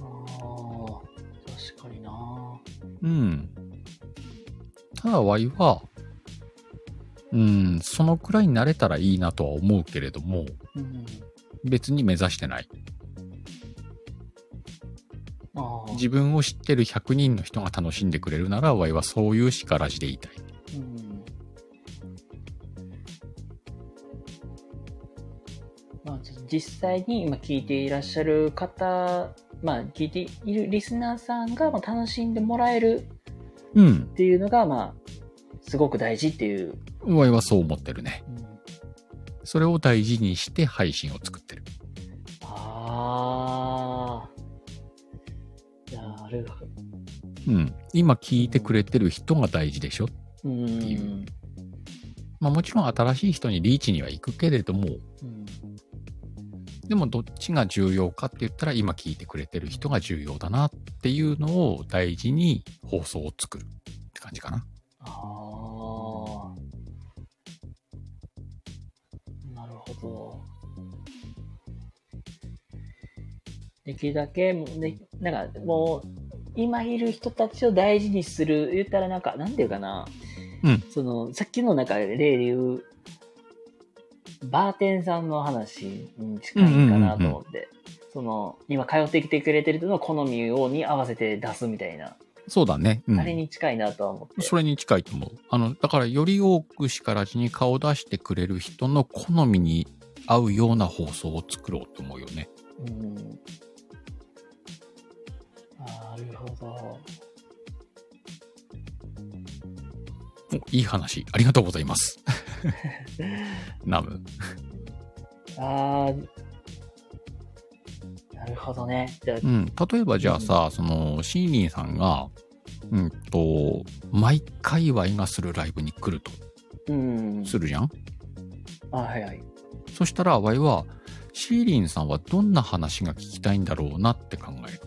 ああ、確かにな。
うん。ただ、ワイは、うん、そのくらいになれたらいいなとは思うけれども、
うん。
別に目指してない。
ああ。
自分を知ってる100人の人が楽しんでくれるなら、わいはそういうしからじでいたい。
うんまあ、じ実際に今聞いていらっしゃる方、まあ、聞いているリスナーさんがまあ楽しんでもらえる
うん
っ。ていうのが、まあ、すごく大事っていう。
わいはそう思ってるね。それを大事にして配信を作ってる。
ああ。なるほど。
うん。今聞いてくれてる人が大事でしょ。
うん。
いうまあもちろん新しい人にリーチには行くけれども、
うん
でもどっちが重要かって言ったら今聞いてくれてる人が重要だなっていうのを大事に放送を作るって感じかな。
ああ。なるほど。できるだけ、ね、なんかもう、今いる人たちを大事にする、言ったらなんか、なんていうかな。
うん
その、さっきのなんか例で言う、バーテンさんの話に近いかなと思って。その、今通ってきてくれてる人の好みをに合わせて出すみたいな。
そうだね。うん
あれに近いなとは思って。
それに近いと思う。あの、だからより多くしからじに顔を出してくれる人の好みに合うような放送を作ろうと思うよね。
うんなるほど。
おいい話。ありがとうございます。ナム。
ああ、なるほどね。じゃあ、
うん。例えばじゃあさ、その、シーリンさんが、うんと、毎回ワイがするライブに来ると
うん。
するじゃん
あはいはい。
そしたらワイは、シーリンさんはどんな話が聞きたいんだろうなって考える。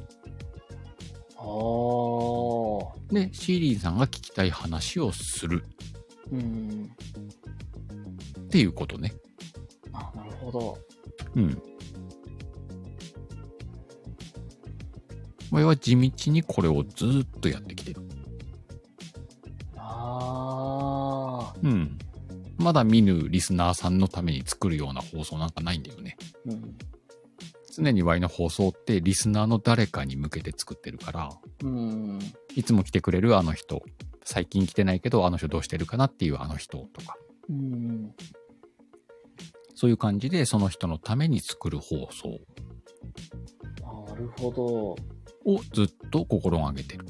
おー。
で、シーリンさんが聞きたい話をする
うん。
っていうことね。
あなるほど。
うん。俺は地道にこれをずーっとやってきてる。
ああ。
うん。まだ見ぬリスナーさんのために作るような放送なんかないんだよね。
うん。
常にワイの放送ってリスナーの誰かに向けて作ってるから、
うん。
いつも来てくれるあの人、最近来てないけどあの人どうしてるかなっていうあの人とか、
うん。
そういう感じでその人のために作る放送
あなるほど。
をずっと心がけてる。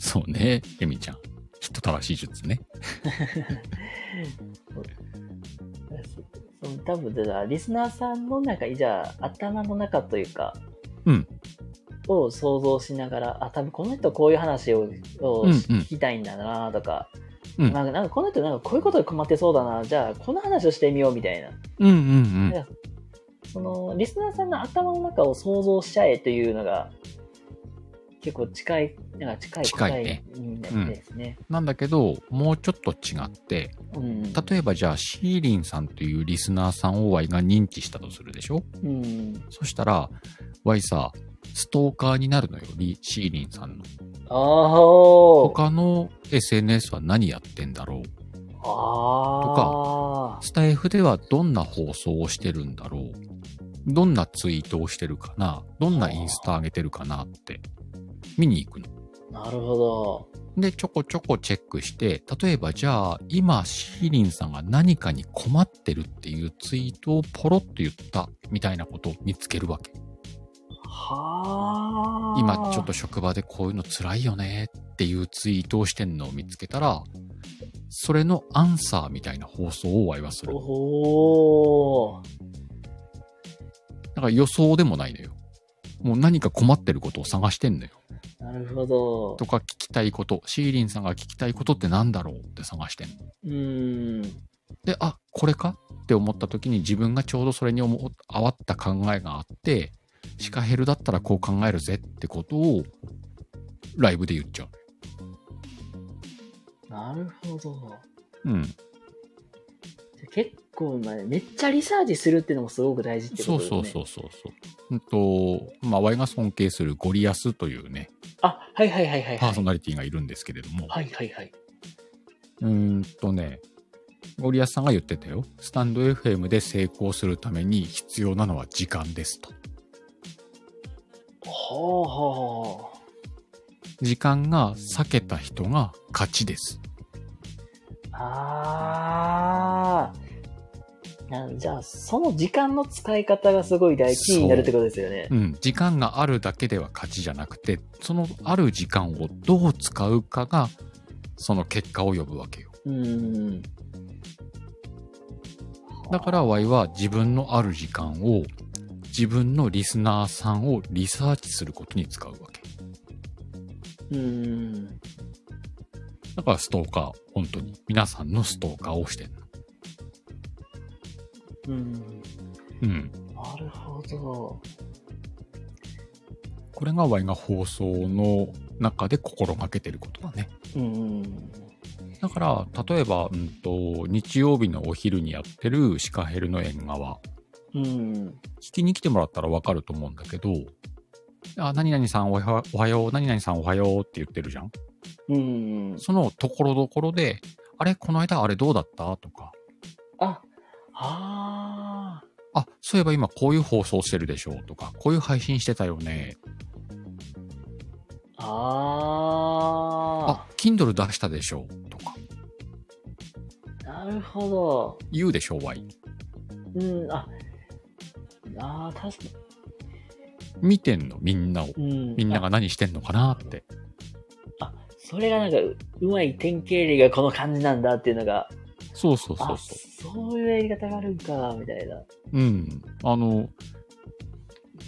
そうね、エミちゃん。人正しい術ね。
その多分だからリスナーさんの中じゃあ頭の中というか、
うん
を想像しながらあ多分この人こういう話をを
うんうん
聞きたいんだなとか,、
うん
なんかなんかこの人なんかこういうことで困ってそうだなじゃあこの話をしてみようみたいな
うんうん
そのリスナーさんの頭の中を想像しちゃえというのが結構近いなんか近い
近
答え
いね
になってですね。
なんだけど、もうちょっと違って、
うん
例えばじゃあ、シーリンさんというリスナーさんを Y が認知したとするでしょ
うん、
そしたら、Y さ、ストーカーになるのよ、リシーリンさんの。
ああ
他の SNS は何やってんだろう
ああ。
スタイフではどんな放送をしてるんだろうどんなツイートをしてるかなどんなインスタ上げてるかなって見に行くの。
なるほ
で、ちょこちょこチェックして、例えばじゃあ、今、シーリンさんが何かに困ってるっていうツイートをポロッと言ったみたいなことを見つけるわけ。
ど。はあ。
今、ちょっと。職場でこういうの辛いよねっていうツイートをしてんのを見つけたら、それのアンサーみたいな放送をワイはする。
おお。
だから予想でもないのよ。もう何か困ってることを探してんのよ。
なるほど
と。か聞きたいこと、シーリンさんが聞きたいことってなんだろうって探してんの。
うーん。
で、あ、これかって思った時に自分がちょうどそれに思う合わった考えがあって、シカヘルだったらこう考えるぜってことをライブで言っちゃ
なるほど。
う。うん。
じゃあ結構な、めっちゃリサーチするっていうのもすごく大事ってこ
そ
と
う
ですね。
そうそうそうそう。うんと、まあ、ワイが尊敬するゴリアスというね、
あ、はいはいはいはい
パ
は
ーソ
い。
ナリティがいるんですけれども、
はいはいはい。
うーんとね、ゴリアスさんが言ってたよ。スタンド FM で成功するために必要なのは時間ですと。
ほうほうほう。
時間が避けた人が勝ちです。
ああ。なんじゃあ、その時間の使い方がすごい大事になるってことですよね。
うん。時間があるだけでは勝ちじゃなくて、そのある時間をどう使うかが、その結果を呼ぶわけよ。
うーん。
だから、ワイは自分のある時間を、自分のリスナーさんをリサーチすることに使うわけ。
うーん。
だからストーカー、本当に。皆さんのストーカーをしてるの。
うーん。
うん。
なるほど。
これがワイが放送の中で心がけてることだね。
うん。
だから、例えば、うんと、日曜日のお昼にやってるシカヘルの縁側、
うん。
聞きに来てもらったらわかると思うんだけど、あ、何々さんおはおはよう、何々さんおはようって言ってるじゃん。
うん。
そのところどころで、あれこの間あれどうだったとか、
あ、あ
あ、そういえば今こういう放送してるでしょうとか、こういう配信してたよね。
あ。あ
あ、Kindle 出したでしょうとか、
あ。なるほど。
言うでしょう、ワイ。
うん、あ、あー確か
見てんの、みんなを。
に。うん。
みんなが何してんのかなって。
あ。あ、それがなんかう、うまい典型例がこの感じなんだっていうのが、
そうそうそ
あ、
うそ
そういうやり方があるんか、みたいな。
う。うん。あの、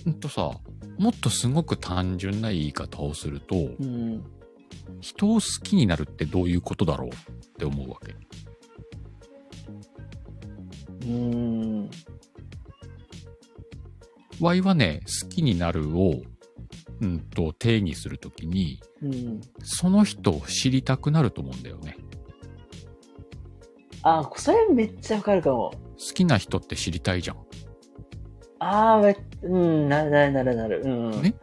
うんとさ、もっとすごく単純な言い方をすると、
うん。
人を好きになるってどういうことだろうって思うわけ。
うん。
Y はね、好きになるを、うんと定義するときに、
うん。
その人を知りたくなると思うんだよね。
あ、それめっちゃわかるかも。
好きな人って知りたいじゃん。
ああ、めうん、なるなるなるなる。うん。
ね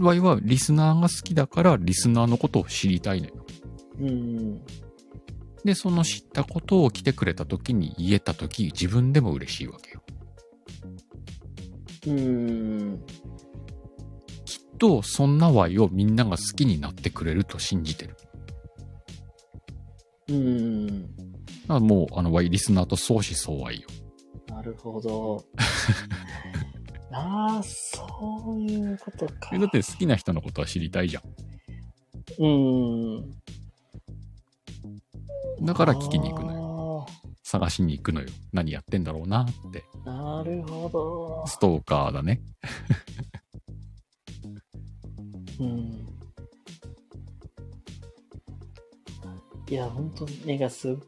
Y はリスナーが好きだから、リスナーのことを知りたいのよ。
うん。
で、その知ったことを来てくれた時に言えた時、自分でも嬉しいわけよ。
うん。
きっと、そんな Y をみんなが好きになってくれると信じてる。
うん。
だからもう、あの Y リスナーと相思相愛よ。
なるほ ど。ああ、そういうことか。
えだって好きな人のことは知りたいじゃ
うん。
ん。だから聞きに行くのよ。
よ。
探しに行くのよ。何やってんだろうなって。
なるほど。
ストーカーだね。
うん。いや、ほんと、なんかす、い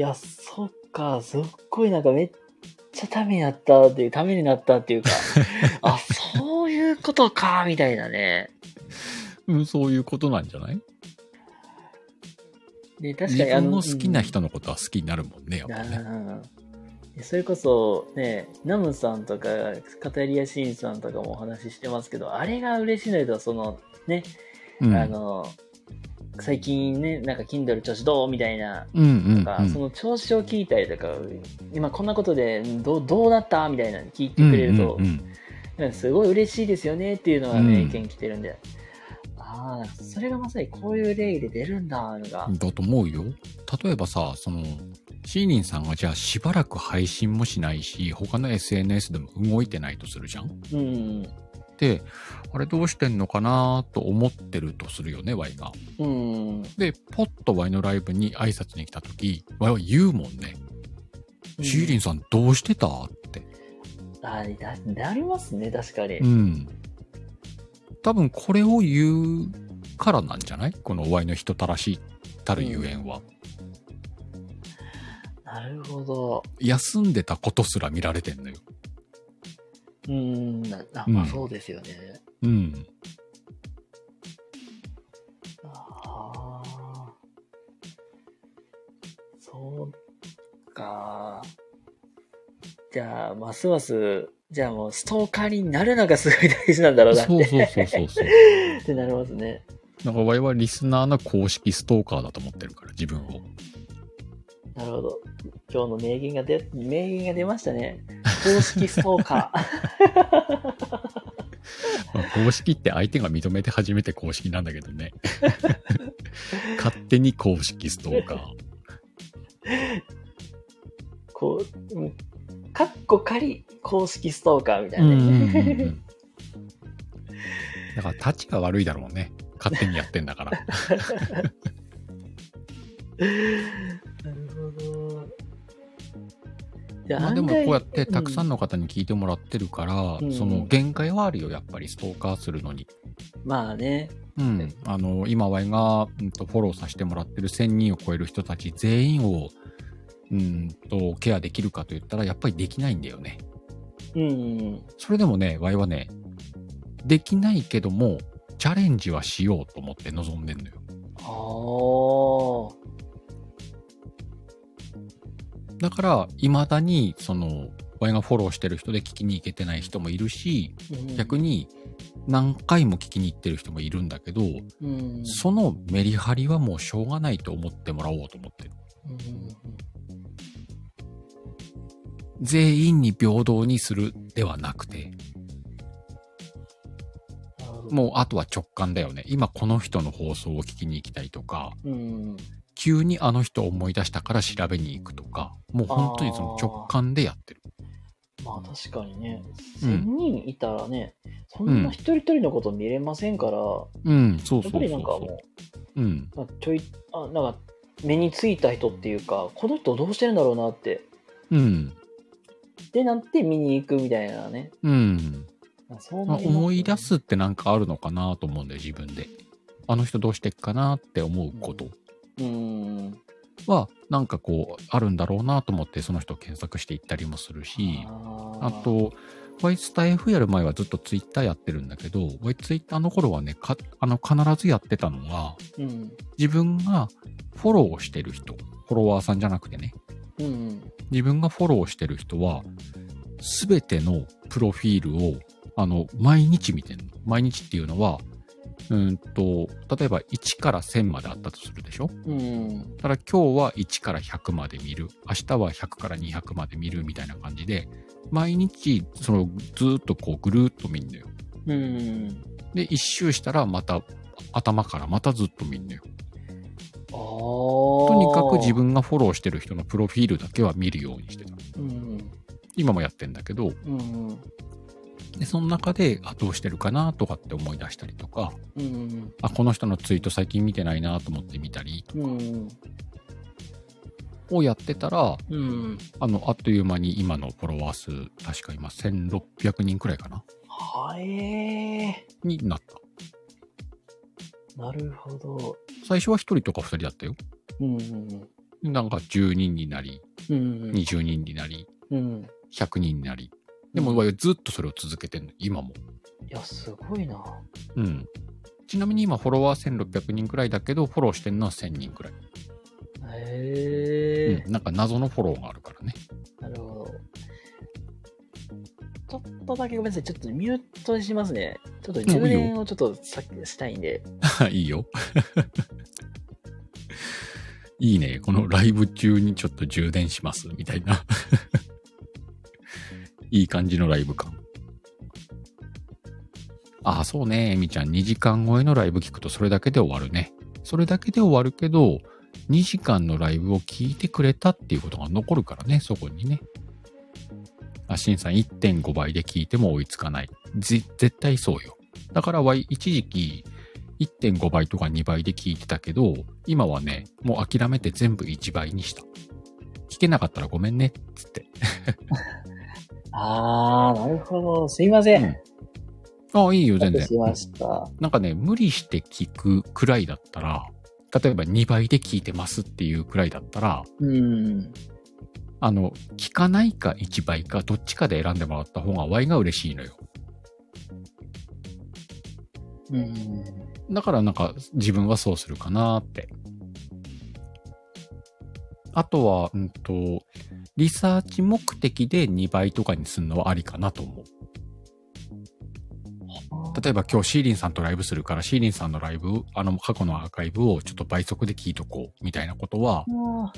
や、そっか、すっごいなんかめっちゃためになったっていう、ためになった っていうか、あ、そういうことか、みたいなね。
うん、そういうことなんじゃない
で、確
自
かにあ
分の好きな人のことは好きになるもんね、やっ
うん
ぱ
あ
ね。
ーそれこそね、ナムさんとか、カタリアシンさんとかもお話ししてますけど、あれが嬉しいのよ、そのね、
うん。
あの、最近ね、なんか Kindle 調子どうみたいな、
うんうん、う
とか、そ
ん。
の調子を聞いたりとか、今こんなことでどうどうだったみたいなの聞いてくれると、
うんうんうん
うんすごい嬉しいですよねっていうのがね、
うん
意見来てるんで、ああ、それがまさにこういう例で出るんだ、のが。
だと思うよ。例えばさ、その、シーリンさんがじゃあしばらく配信もしないし、他の SNS でも動いてないとするじゃん
うん、
で、あれどうしてんのかなと思ってるとするよね、Y が。
うん、
で、ポッと Y のライブに挨拶に来た時、Y は言うもんね。シーリンさんどうしてたって。
ああ、だ、なりますね、確かに。
うん。多分これを言うからなんじゃないこの Y の人たらしたるゆえんは。
なるほど。
休んでたことすら見られてんのよ。
うん、なあ
うん
まあそうですよね。
うん。
ああ。そうか。じゃあ、ますます、じゃあもうストーカーになるのがすごい大事なんだろうなっ
そう
て
そうそうそうそう。
ってなりますね。
なんか我々リスナーの公式ストーカーだと思ってるから、自分を。
なるほど。今日の名言が出、名言が出ました ね。公式ストーカ
まあ公式って相手が認めて初めて公式なんだけど ね。勝手に公式ストーカー。
ー。こう、うんかっこ仮公式ストーカーみたい
うん
な
うん
ね。
うんうんだから、タチが悪いだろうね。勝手にやってんだから。
なるほど。じゃ
まあでも、こうやってたくさん
の、
の方に聞いてもらってるから、
うん
その限界はあるよ、やっぱりストーカーするのに。
うんまあね。
うん。あの、今、ワイが、うんと、フォローさせてもらってる1000人を超える人たち全員を、うんと、ケアできるかと言ったら、やっぱりできないんだよね。
うん。
それでもね、ワイはね、できないけども、チャレンジはしようと思って望んでんのよ。
おー。
だから、未だに、その、ワイがフォローしてる人で聞きに行けてない人もいるし、
うん
逆、に何回も聞きに行ってる人もいるんだけど、
うんうん
そのメリハリはもうしょうがないと思ってもらおうと思ってる。全員に平等にするではなくて、もうあとは直感だよね。今この人の放送を聞きに行きたいとか、
うん、
急にあの人を思い出したから調べに行くとか、もう本当にその直感でやってる。
まあ確かにね、
うん
1000人いたらね、そんな一人一人のこと見れませんから、
うん、そう
や
そう
っ
そ
ぱ
う
りなんか
そ
も
う。うん。
う、なんかちょい、あなんか目についた人っていうか、この人どうしてるんだろうなって、
うん。
で、なんて見に行くみたいなね、
うん。
そうな
まあ
りますね
思い出すってなんかあるのかなと思うんだよ、自分で。あの人どうしてっかなって思うこと
うん、
は、なんかこう、あるんだろうなと思って、その人を検索していったりもするし、あ
ー、
と、ワイスタ F やる前はずっとツイッターやってるんだけど、ワイツイッターの頃はね、かあの必ずやってたのが、
うん、
自分がフォローしてる人、フォロワーさんじゃなくてね、
うん、
自分がフォローしてる人は、すべてのプロフィールを、あの、毎日見てんの。毎日っていうのは、うーんと、例えば1から1000まであったとするでしょ
うん、
ただ今日は1から100まで見る、明日は100から200まで見るみたいな感じで、毎日、その、ずーっとこう、ぐるーっと見んのよ。
うん、
で、一周したらまた、頭からまたずっと見んのよ。と
と
にかく自、分がフォローしてる人のプロフィールだけは見るようにしてた。
うん
今もやってんだけど、
うん
で、その中で、あ、どうしてるかなとかって思い出したりとか、
うん
あ、この人のツイート最近見てないなと思って見たり、
うん
をやってたら、
うん
あの、あっという間に今のフォロワー数、確か今1600人くらいかな
はえ
になった。
ー、なるほど。
最初は1人とか2人だったよ。
うんうん
でなんか10人になり、
うん
20人になり、
うん。
100人になり。でも、
い
わずっとそれを続けてんの、今も。
や、すごいな。
うん。ちなみに今、フォロワー1600人くらいだけど、フォローしてんのは1000人くら
へ
い。
え
うん。なんか謎のフォローがあるからね。
ー、なるほど。ちょっとだけごめんなさい。ちょっとミュート しますね。ちょっと充電をちょっとさしたいんで。
いいよ。いいね、このライブ中にちょっと充電します、みたいな。 いい感じのライブ感。ああ、そうね、エミちゃん。2時間超えのライブ聞くとそれだけで終わるね。それだけで終わるけど、2時間のライブを聞いてくれたっていうことが残るからね、そこにね。あ、シンさん1.5倍で聞いても追いつかない。ぜ、絶対そうよ。だからわい一時期1.5倍とか2倍で聞いてたけど、今はね、もう諦めて全部1倍にした。聞けなかったらごめんね、つって。
あー、なるほど。すいません。
ああ、いいよ、
カット
全然。
しました。
なんかね、無理して聞くくらいだったら、例えば2倍で聞いてますっていうくらいだったら、
うん。
あの、聞かないか1倍か、どっちかで選んでもらった方が Y が嬉しいのよ。
うん。
だからなんか自分はそうするかなって。あとは、うんと、リサーチ目的で2倍とかにするのはありかなと思う。例えば今日シーリンさんとライブするから、シーリンさんのライブ、あの過去のアーカイブをちょっと倍速で聞いとこうみたいなことは、
あ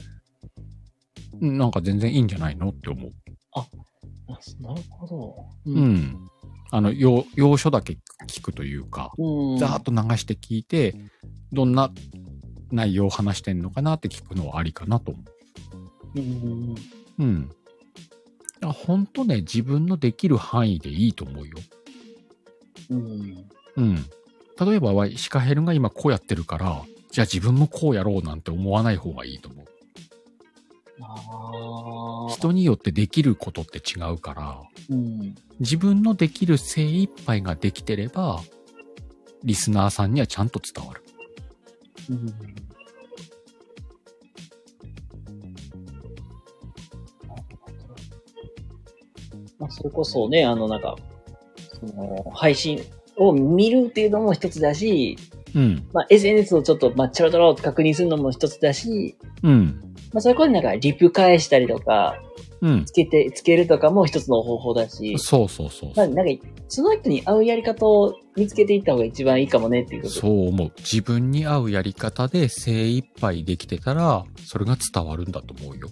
うんなんか全然いいんじゃないのって思う。
ーなるほど。
う。ん。あの、要、要所だけ聞くというか、
うん。
ざーっと流して聞いて、どんな内容を話してんのかなって聞くのはありかなと思う。
うん。
うん。あ本当ね、自分のできる範囲でいいと思うよ。
うん。
うん。例えば、わいシカヘルが今こうやってるから、じゃあ自分もこうやろうなんて思わない方がいいと思う。
ああ。
人によってできることって違うから、
うん。
自分のできる精一杯ができてれば、リスナーさんにはちゃんと伝わる。
うん。まあ、それこそね、あの、なんか、その、配信を見るっていうのも一つだし、
うん。
まあ、SNS をちょっと、まあ、ちょろちょろと確認するのも一つだし、
うん。
まあ、それこそなんか、リプ返したりとか、
うん。
つけて、つけるとかも一つの方法だし、
そうそうそう
ま
そ
あ、
う。
なんか、その人に合うやり方を見つけていった方が一番いいかもねっていうこと。
そう思う。自分に合うやり方で精一杯できてたら、それが伝わるんだと思うよ。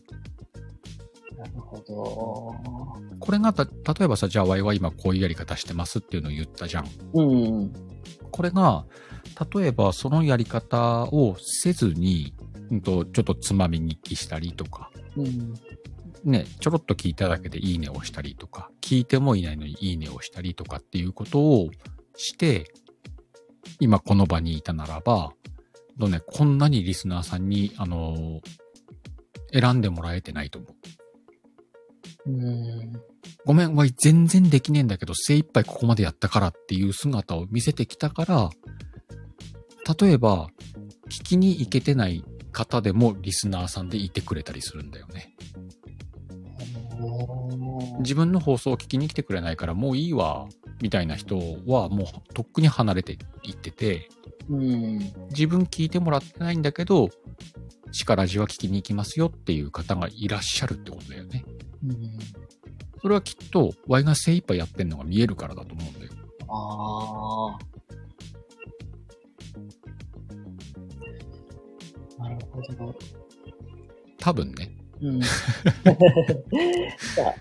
なるほ
これがた、例えばさ、じゃあワイは今こういうやり方してますっていうのを言ったじゃん。
ど。うん。
これが、例えばそのやり方をせずに、うんと、ちょっとつまみ日記したりとか、
うん。
ね、ちょろっと聞いただけでいいねをしたりとか、聞いてもいないのにいいねをしたりとかっていうことをして、今この場にいたならば、とね、こんなにリスナーさんに、あの、選んでもらえてないと思う。
うん。
ごめん、わい、全然できねえんだけど、精一杯ここまでやったからっていう姿を見せてきたから、例えば、聞きに行けてない方でもリスナーさんでいてくれたりするんだよね。自分の放送を聞きに来てくれないからもういいわ、みたいな人はもうとっくに離れていってて、
うん。
自分聞いてもらってないんだけど、力じは聞きに行きますよっていう方がいらっしゃるってことだよね。
うん。
それはきっと、ワイが精一杯やってんのが見えるからだと思うんだよ。
ああ。なるほど。
多分ね。
うん。じゃあ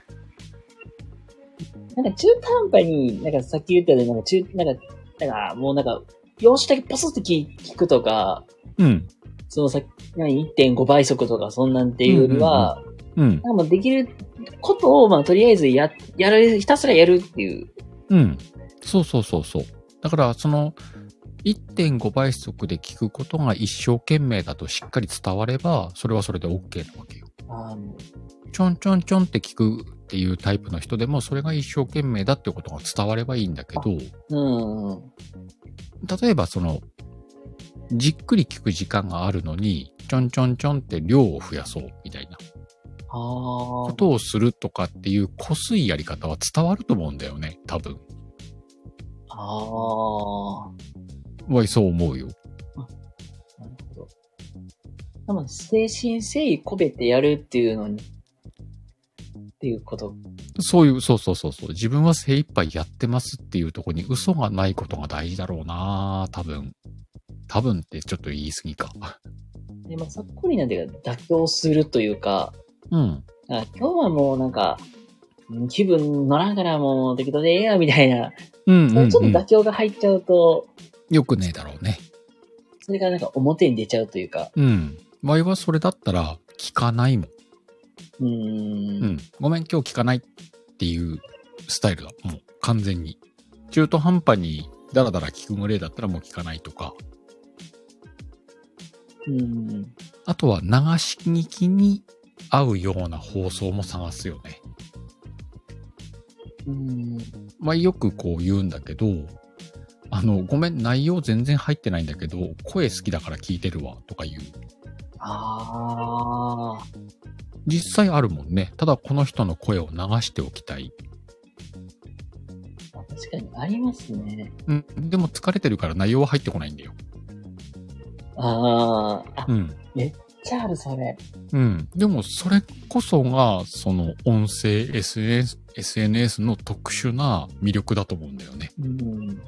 なんか中途半端に、なんかさっき言ったように、なんか中、なんか、なんかもうなんか、用紙だけポソって聞聞くとか、
うん。
そのさ、何 ?1.5 倍速とかそんなんっていうよりは、
うん。
なんかもうできることを、まあとりあえずや、やられ、ひたすらやるっていう。
うん。そうそうそうそう。だから、その、1.5倍速で聞くことが一生懸命だとしっかり伝われば、それはそれで OK なわけよ。
あの
ちょんちょんちょんって聞くっていうタイプの人でも、それが一生懸命だってことが伝わればいいんだけど、
うん。
例えばその、じっくり聞く時間があるのに、ちょんちょんちょんって量を増やそうみたいな
あ
ことをするとかっていう濃すいやり方は伝わると思うんだよね、多分。
あ。ああ。
わい、そう思うよ。
なるほど。多分、精神誠意こべてやるっていうのに、っていうこと。
そういう、そうそうそうそう。自分は精一杯やってますっていうところに嘘がないことが大事だろうな多分。多分ってちょっと言い過ぎか。
えね、まあ、さっくりなんていうか、妥協するというか、
うん。
あ今日はもうなんか、うん気分乗らんからもう適当でええや、みたいな、
うんうん、う
ちょっと妥
ん。
協が入っちゃうと、
よくねえだろうね。
それがなんか表に出ちゃうというか、
うん。場合はそれだったら聞かないもん。
うー、
うんん。ごめん、今日聞かないっていうスタイルだ。もう完全に。中途半端にダラダラ聞く群れだったらもう聞かないとか。
うん、
あとは流し聞きに合うような放送も探すよね。
うん、
まあよくこう言うんだけど、あの、ごめん、内容全然入ってないんだけど、声好きだから聞いてるわとか言う。
ああ、
実際あるもんね。ただこの人の声を流しておきたい。
確かにありますね。
うん。でも疲れてるから内容は入ってこないんだよ。
あーあ、
うん。
チャールそれ。
うん。でもそれこそが、その音声 SNS、SNS の特殊な魅力だと思うんだよね。
うん。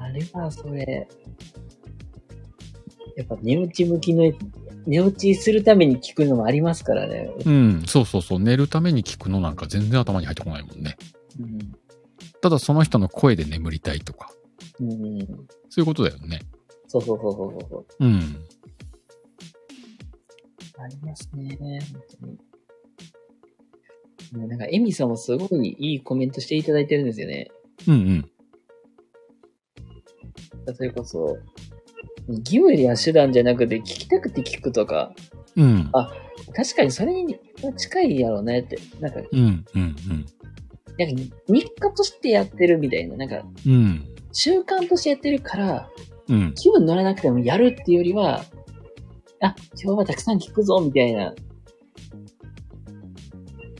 あれはそれ。やっぱ寝落ち向きのやつ、寝落ちするために聞くのもありますからね。
うん。そうそうそう。寝るために聞くのなんか全然頭に入ってこないもんね。
うん。
ただその人の声で眠りたいとか。
うん。
そういうことだよね。
そうそうそうそうそうそう。
うん。
ありますね。本当に。もうなんか、エミさんもすごいいいコメントしていただいてるんですよね。
うんうん。
それこそ、義務や手段じゃなくて聞きたくて聞くとか、
うん。
あ確かにそれに近いやろうねって。なんか、
うんうんうん。
なんか日課としてやってるみたいな、なんか
うん。
習慣としてやってるから、
うん。
気分乗らなくてもやるっていうよりは、あ、今日はたくさん聞くぞ、みたいな、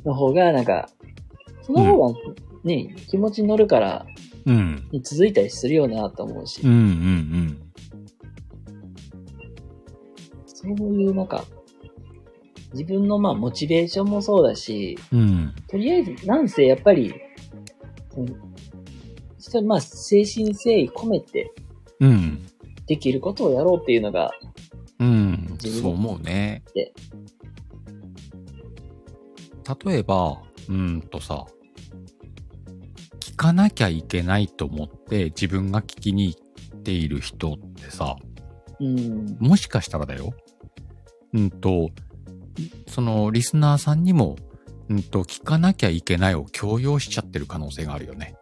の方が、なんか、その方がね、気持ち乗るから、
うん。
続いたりするよなと思うし、
うんうんうん。
そういうなんか、自分のまあモチベーションもそうだし、
うん。
とりあえず、なんせやっぱり、その人まあ精神誠意込めて
うん。
できることをやろうっていうのが、
うん。そう思うね
で。
例えば、うーんとさ、聞かなきゃいけないと思って自分が聞きに行っている人ってさ、
うん、
もしかしたらだよ。うんと、そのリスナーさんにも、うんと、聞かなきゃいけないを強要しちゃってる可能性があるよね。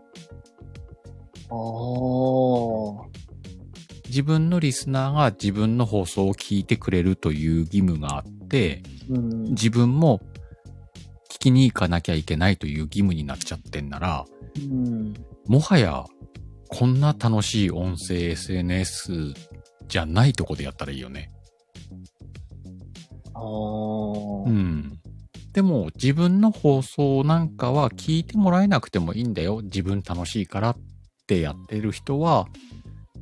おー、
自分のリスナーが自分の放送を聞いてくれるという義務があって、
うん、
自分も聞きに行かなきゃいけないという義務になっちゃってんなら、
うん、
もはやこんな楽しい音声 SNS じゃないとこでやったらいいよね。
お
う
ー、
ん。でも自分の放送なんかは聞いてもらえなくてもいいんだよ。自分楽しいからってやってる人は、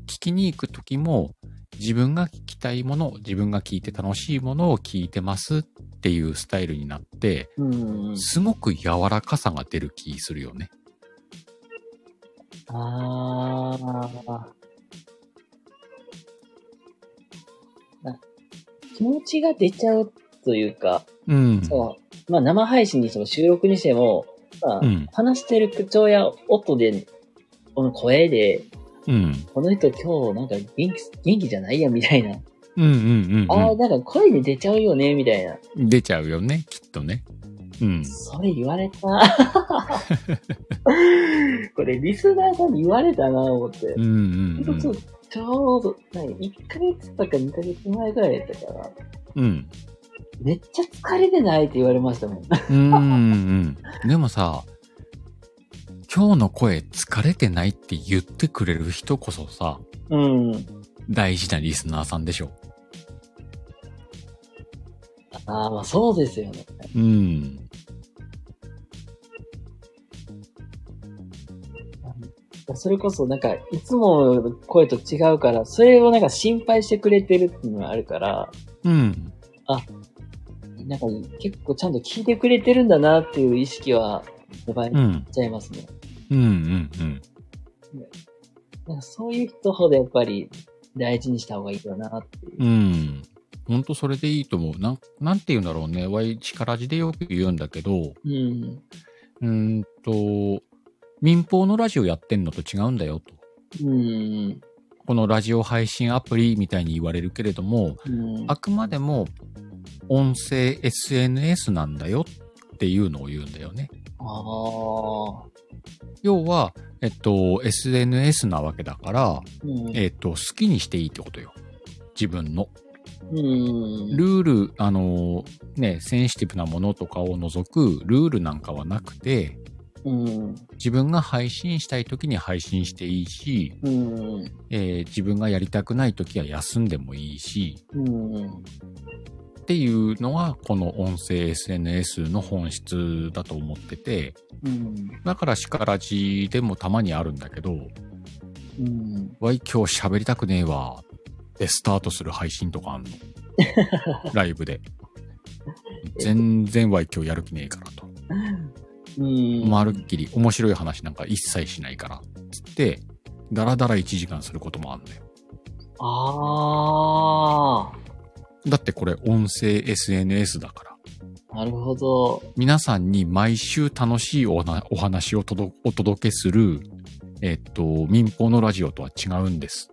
聞きに行く時も自分が聞きたいもの、自分が聞いて楽しいものを聞いてますっていうスタイルになって、
うん、
すごく柔らかさが出る気するよね。
あー。な気持ちが出ちゃうというか、
うん。
そう、まあ生配信にしても収録にしても、まあ、
うん。
話してる口調や音で、この声で、
うん。
この人今日なんか元気、元気じゃないやみたいな。
うんうんう
ああ、
ん
なんか声で出ちゃうよねみたいな。
うん。出ちゃうよね、きっとね。うん。
それ言われた。これリスナーさんに言われたな思って
う。んうんう
ちょ
ん
っとちょうど、何、1ヶ月とか2ヶ月前ぐらいやったから、
うん。
めっちゃ疲れてないって言われましたもん。
うんうんうん。でもさ、今日の声疲れてないって言ってくれる人こそさ、
うん。
大事なリスナーさんでしょ。
ああ、まあそうですよね。
うん。
それこそなんか、いつもの声と違うから、それをなんか心配してくれてるっていうのがあるから、
うん。
なんか結構ちゃんと聞いてくれてるんだなっていう意識は芽生
う
え
ん。
ちゃいますね。
うんうんうん。
なんかそういう人ほどやっぱり大事にした方がいいよなっていう。
うん。ほんとそれでいいと思う。なん、なんて言うんだろうね。わい、力字でよく言うんだけど、
うん。
うーんと、民放のラジオやってんのと違うんだよと。
うん。
このラジオ配信アプリみたいに言われるけれども、
うん。
あくまでも音声 SNS なんだよっていうのを言うんだよね。
ああ。
要は、えっと、SNS なわけだから、
うん。
えっと、好きにしていいってことよ。自分の。
うん。
ルール、あの、ね、センシティブなものとかを除くルールなんかはなくて、
うん。
自分が配信したい時に配信していいし、
うん。
えー自分がやりたくない時は休んでもいいし、
うん。
っていうのが、この音声 SNS の本質だと思ってて、
うん。
だから、しからじでもたまにあるんだけど、
うん。
わい、今日喋りたくねえわ。で、スタートする配信とかあんの。 ライブで。全然わい、今日やる気ねえからと。
うん。
まるっきり面白い話なんか一切しないから。つって、だらだら1時間することもあるんだよ。
あ
だってこれ音声 SNS だから。
あ。なるほど。
皆さんに毎週楽しいおなお話を届お届けする、えっと、民放のラジオとは違うんです。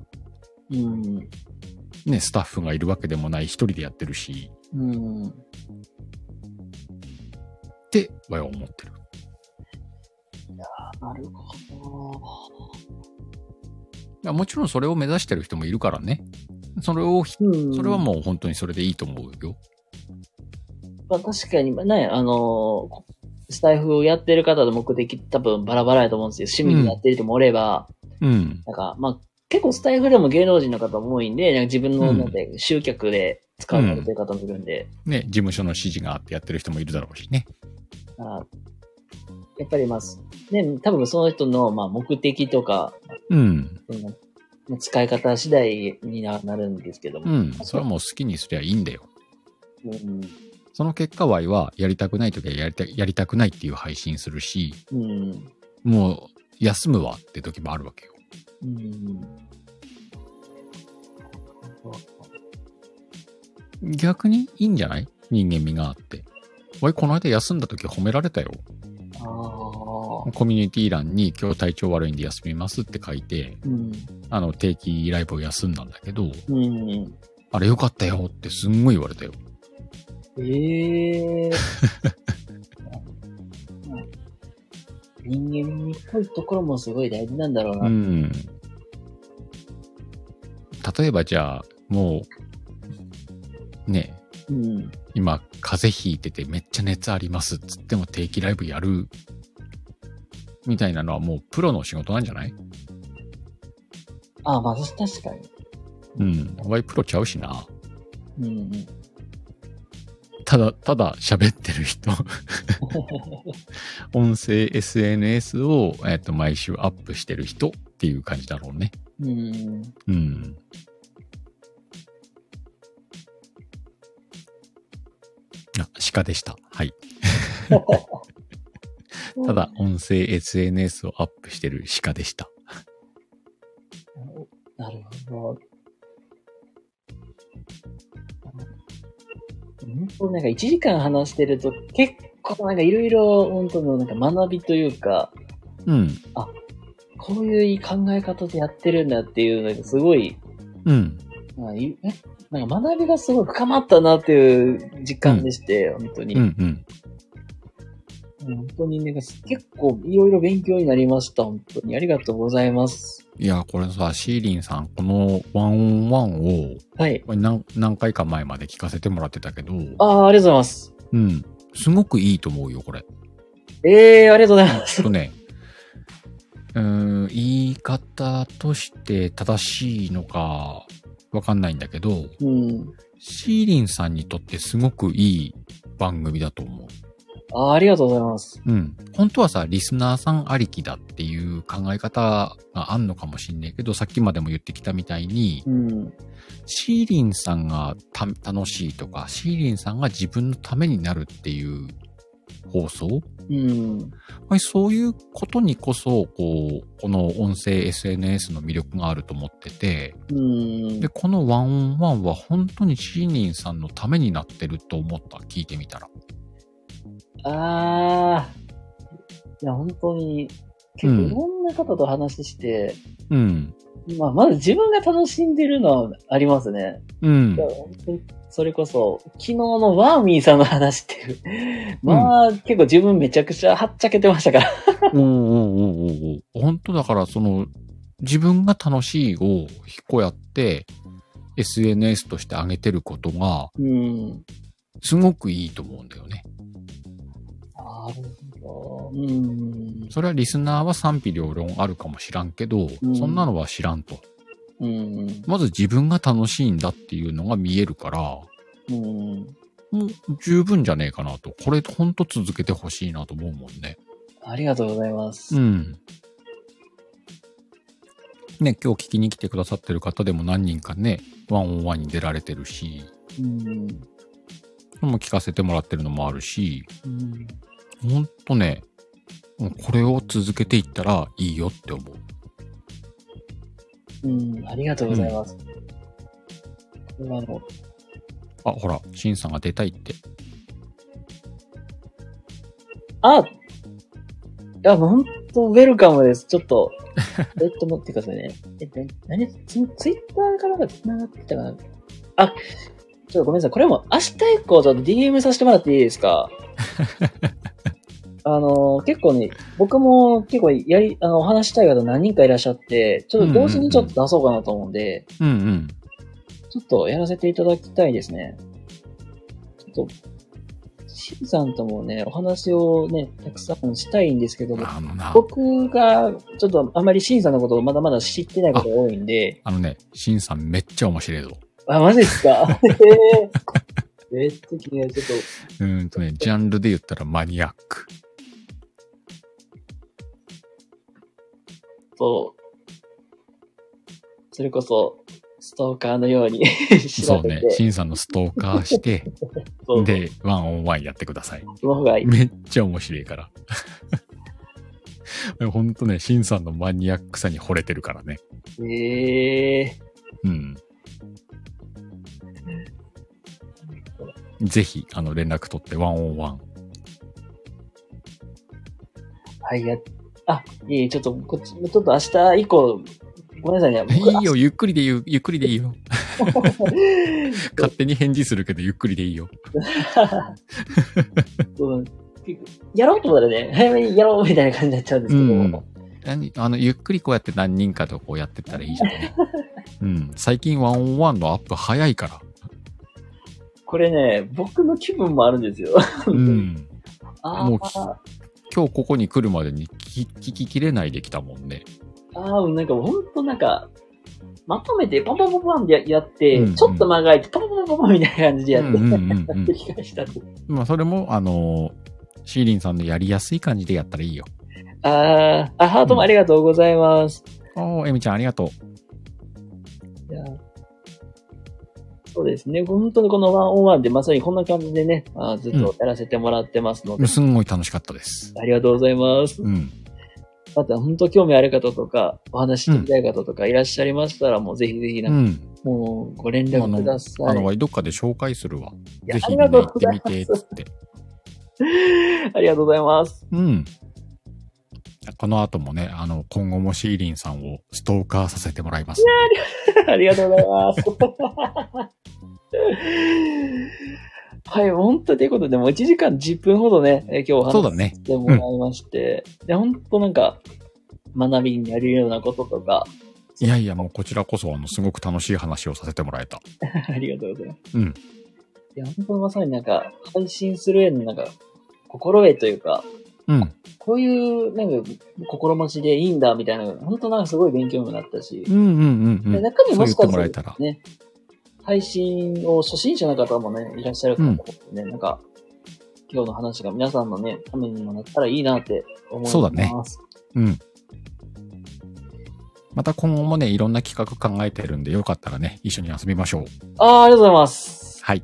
うん。
ね、スタッフがいるわけでもない、一人でやってるし、
うん。
って、わいは思ってる。
なるほ
まあもちろんそれを目指してる人もいるからね。それをひ、
ど。うん。
それはもう本当にそれでいいと思うよ。
まあ、確かに、まあね、あのーこスタイフをやってる方の目的多分バラバラやと思うんですけど、趣味でやってる人もおれば、
うん。
なんか、まあ、結構スタイフでも芸能人の方も多いんで、なんか自分の、
うん
なんて、集客で使われてる方もいるんで、
ね、事務所の指示があってやってる人もいるだろうしね。
あやっぱりまあ、ね、多分その人の、まあ、目的とか、
うん。
そのまあ使い方次第にななるんですけど
う
も、
ん。それはもう好きにすりゃいいんだよ。
うん、
その結果、ワイはやりたくない時はやりたやりたくないっていう配信するし、
うん、
もう休むわって時もあるわけよ。
うん、
逆にいいんじゃない人間味があって。ワイ、この間休んだ時褒められたよ。
ああ、
コミュニティ欄に今日体調悪いんで休みますって書いて、
うん、
あの、定期ライブを休んだんだけど、
うん、
あれよかったよってすんごい言われたよ。
ええ人間にっぽいところもすごい大事なんだろうな。
うん。例えばじゃあ、もう、ね、
うん。
今、風邪ひいててめっちゃ熱ありますっつっても定期ライブやる。みたいなのはもうプロの仕事なんじゃない
あ、まあ、確かに。
うん。ワイプロちゃうしな。
うんうん。
ただ、ただ喋ってる人。音声 SNS を、えっと、毎週アップしてる人っていう感じだろうね。
うん。
うん。あ、鹿でした。はい。ただ、音声 SNS をアップしてる鹿でした。
なるほど。本当なんか1時間話してると結構なんかいろいろ本当のなんか学びというか、
うん。
こういう考え方でやってるんだっていう、なんかすごい
うん。
まあ、いえなんか学びがすごい深まったなっていう実感でして、本当に。
うんうん。
本当にね、結構いろいろ勉強になりました、本当に。ありがとうございます。
いや、これさ、シーリンさん、このワンオンワンを、
はい。
これ何何回か前まで聞かせてもらってたけど、
ああ、ありがとうございます。
うん。すごくいいと思うよ、これ。
ええー、ありがとうございます。
ちょっとね、うーん、言い方として正しいのかわかんないんだけど、
うん。
シーリンさんにとってすごくいい番組だと思う。
ああ、ありがとうございます。
うん。本当はさ、リスナーさんありきだっていう考え方があんのかもしんないけど、さっきまでも言ってきたみたいに、
うん。
シーリンさんがた楽しいとか、シーリンさんが自分のためになるっていう放送
うん。
まあそういうことにこそ、こう、この音声 SNS の魅力があると思ってて、
うん
で、。このワンオンワンは本当にシーニンさんのためになってると思った、聞いてみたら。
ああ。いや、本当に、結
う
構
ん
いろんな方と話して、
うん。
まあ、まず自分が楽しんでるのはありますね。
うん
いや。本当にそれこそ、昨日のワーミーさんの話っていう。まあ、結構自分めちゃくちゃはっちゃけてましたから。
おうおうおうおうおう本当だから、その、自分が楽しいをこうやって、SNS として上げてることが、
うん。
すごくいいと思うんだよね。
なるほど。うん。
それはリスナーは賛否両論あるかもしらんけど、
うん
そんなのは知らんと。
うん。
まず自分が楽しいんだっていうのが見えるから、
うん。
もう十分じゃねえかなと。これほんと続けてほしいなと思うもんね。
ありがとうございます。
うん。ね、今日聞きに来てくださってる方でも何人かね、ワンオンワンに出られてるし、
うん。
もう聞かせてもらってるのもあるし、
うん
ほんとね、もうこれを続けていったらいいよって思う。
うん。ありがとうございます。今の、
あ、ほら、シンさんが出たいって。
あいや、もうほんと、ウェルカムです。ちょっと、えっと、待ってくださいね。え、な、何ツイツイッターかなんか繋がってたかなあ、ちょっとごめんなさい。これも明日以降、ちょっと DM させてもらっていいですかあの、結構ね、僕も結構やり、あの、お話したい方何人かいらっしゃって、ちょっと同時にちょっと出そうかなと思うんで、
うんうん。
ちょっとやらせていただきたいですね。ちょっと、シンさんともね、お話をね、たくさんしたいんですけども、
あのな、
僕がちょっとあまりシンさんのことをまだまだ知ってないことが多いんで、
あのね、シンさんめっちゃ面白いぞ。
あ、マジですかえーめっちゃ気になる。ちょっ
うーんとね、ジャンルで言ったらマニアック。
と、それこそ、ストーカーのように
そ
調
う
べ
ね
て、、
シンさんのストーカーして、
そう、
で、ワンオンワンやってください。
その方がいい。
めっちゃ面白い から。ほんとね、シンさんのマニアックさに惚れてるからね。
ええ
うん。ぜひ、あの、連絡取って、ワンオンワン。
はい、や、あ、いい、ちょっと、こっち、ちょっと明日以降、ごめんなさいね。僕
いいよ、ゆっくりでいいよ、ゆっくりで いいよ。勝手に返事するけど、ゆっくりでいいよ。
うんやろうと思ったらね、早めにやろうみたいな感じになっちゃうんですけど、
うん何あの、ゆっくりこうやって何人かとこうやってったらいいじゃんね。うん。最近ワンオンワンのアップ早いから。
これね、僕の気分もあるんですよ。
うん。
あ
も
ー
う今日ここに来るまでに聞き聞ききれないできたもんね。
あー、なんかほんとなんか、まとめてパンパンパンパンってややって、
うんうん
ちょっと間が空いて、パンパンパンパンみたいな感じでやって、
うんうんうんうん
やってきました。
まあ、それも、あのーシーリンさんのやりやすい感じでやったらいいよ。
あーあ、ハートもありがとうございます。
おー、エミちゃんありがと
いやそうですね。本当にこのワンオンワンでまさにこんな感じでね、あーずっとやらせてもらってますので、
う。すんごい楽しかったです。
ありがとうございます。
うん。
また本当興味ある方とか、お話し聞きたい方とかいらっしゃいましたら、もうぜひぜひ
う
なんか、
ん。
もうご連
あ
絡くださ
あ
い。
の、どっかで紹介するわ。
いや
ぜひ
あり
みんな
がとう
行っ
ご
て
ざい
み
ます
て、つって。
ありがとうございます。
うん。この後もね、あの、今後もシーリンさんをストーカーさせてもらいますんで。
ありがとうございます。はい、本当ということで、もう1時間10分ほどね、えー今日お話
そう
し
だね。
してもらいまして、で、本当なんか、学びになるようなこととか、
いやいや、もうこちらこそ、あの、すごく楽しい話をさせてもらえた。
ありがとうございます。
うん。
いや、本当まさになんか、配信するへのなんか、心得というか、
うん。
こういう、なんか、心持ちでいいんだ、みたいな、本当なんかすごい勉強にもなったし、
うんうんうんう
で
ん。
中に
そ
も
う言っ
してか
もらえ
したた
ら
ら。ね、配信を初心者の方もね、いらっしゃるかもね、なんか、今日の話が皆さんのね、ためにもなったらいいなって思います。
そうだねうん。また今後もね、いろんな企画考えてるんで、よかったらね、一緒に遊びましょう。
ああ、ありがとうございます。
はい。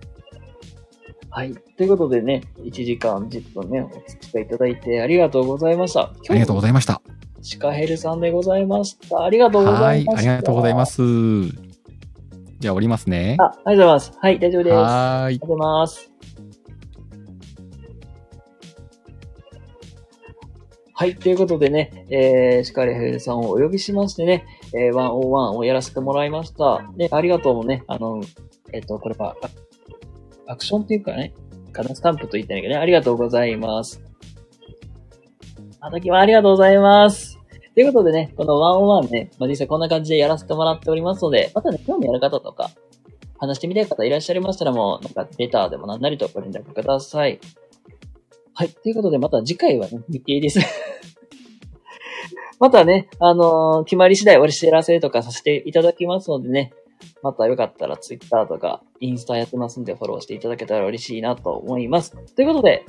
はい。ということでね、1時間10分ね、お付き合いいただいてありがとうございました。
ありがとうございました。
シカヘルさんでございました。ありがとうご
は
ざい
い、
ま
あ
し
り
た。。
がとうございますす。じゃあ、降りますね。
あ、ありがとうございます。はい、大丈夫です。あ
はーい
り。がとうございます。はい。ということでね、えー、シカレヘルさんをお呼びしましてね、えー、101をやらせてもらいました。で、ありがとうもね、あの、えっ、と、これは、アアクションというかね、かなスタンプと言ったんだけどね、ありがとうございます。またきまありがとうございます。ということでね、この101ね、まあ、実際こんな感じでやらせてもらっておりますので、またね、興味ある方とか、話してみたい方いらっしゃいましたら、もう、なんか、レターでもなんなりとご連絡ください。はい。ということで、また次回はね、日経です。 またね、あのー決まり次第お知らせとかさせていただきますのでね、またよかったら Twitter とかインスタやってますんでフォローしていただけたら嬉しいなと思います。ということで、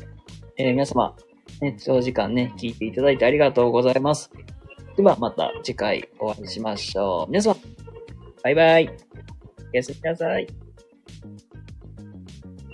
えー皆様、ね、長時間ね、聞いていただいてありがとうございます。では、また次回お会いしましょう。皆様、バイバイ。おやすみなさい。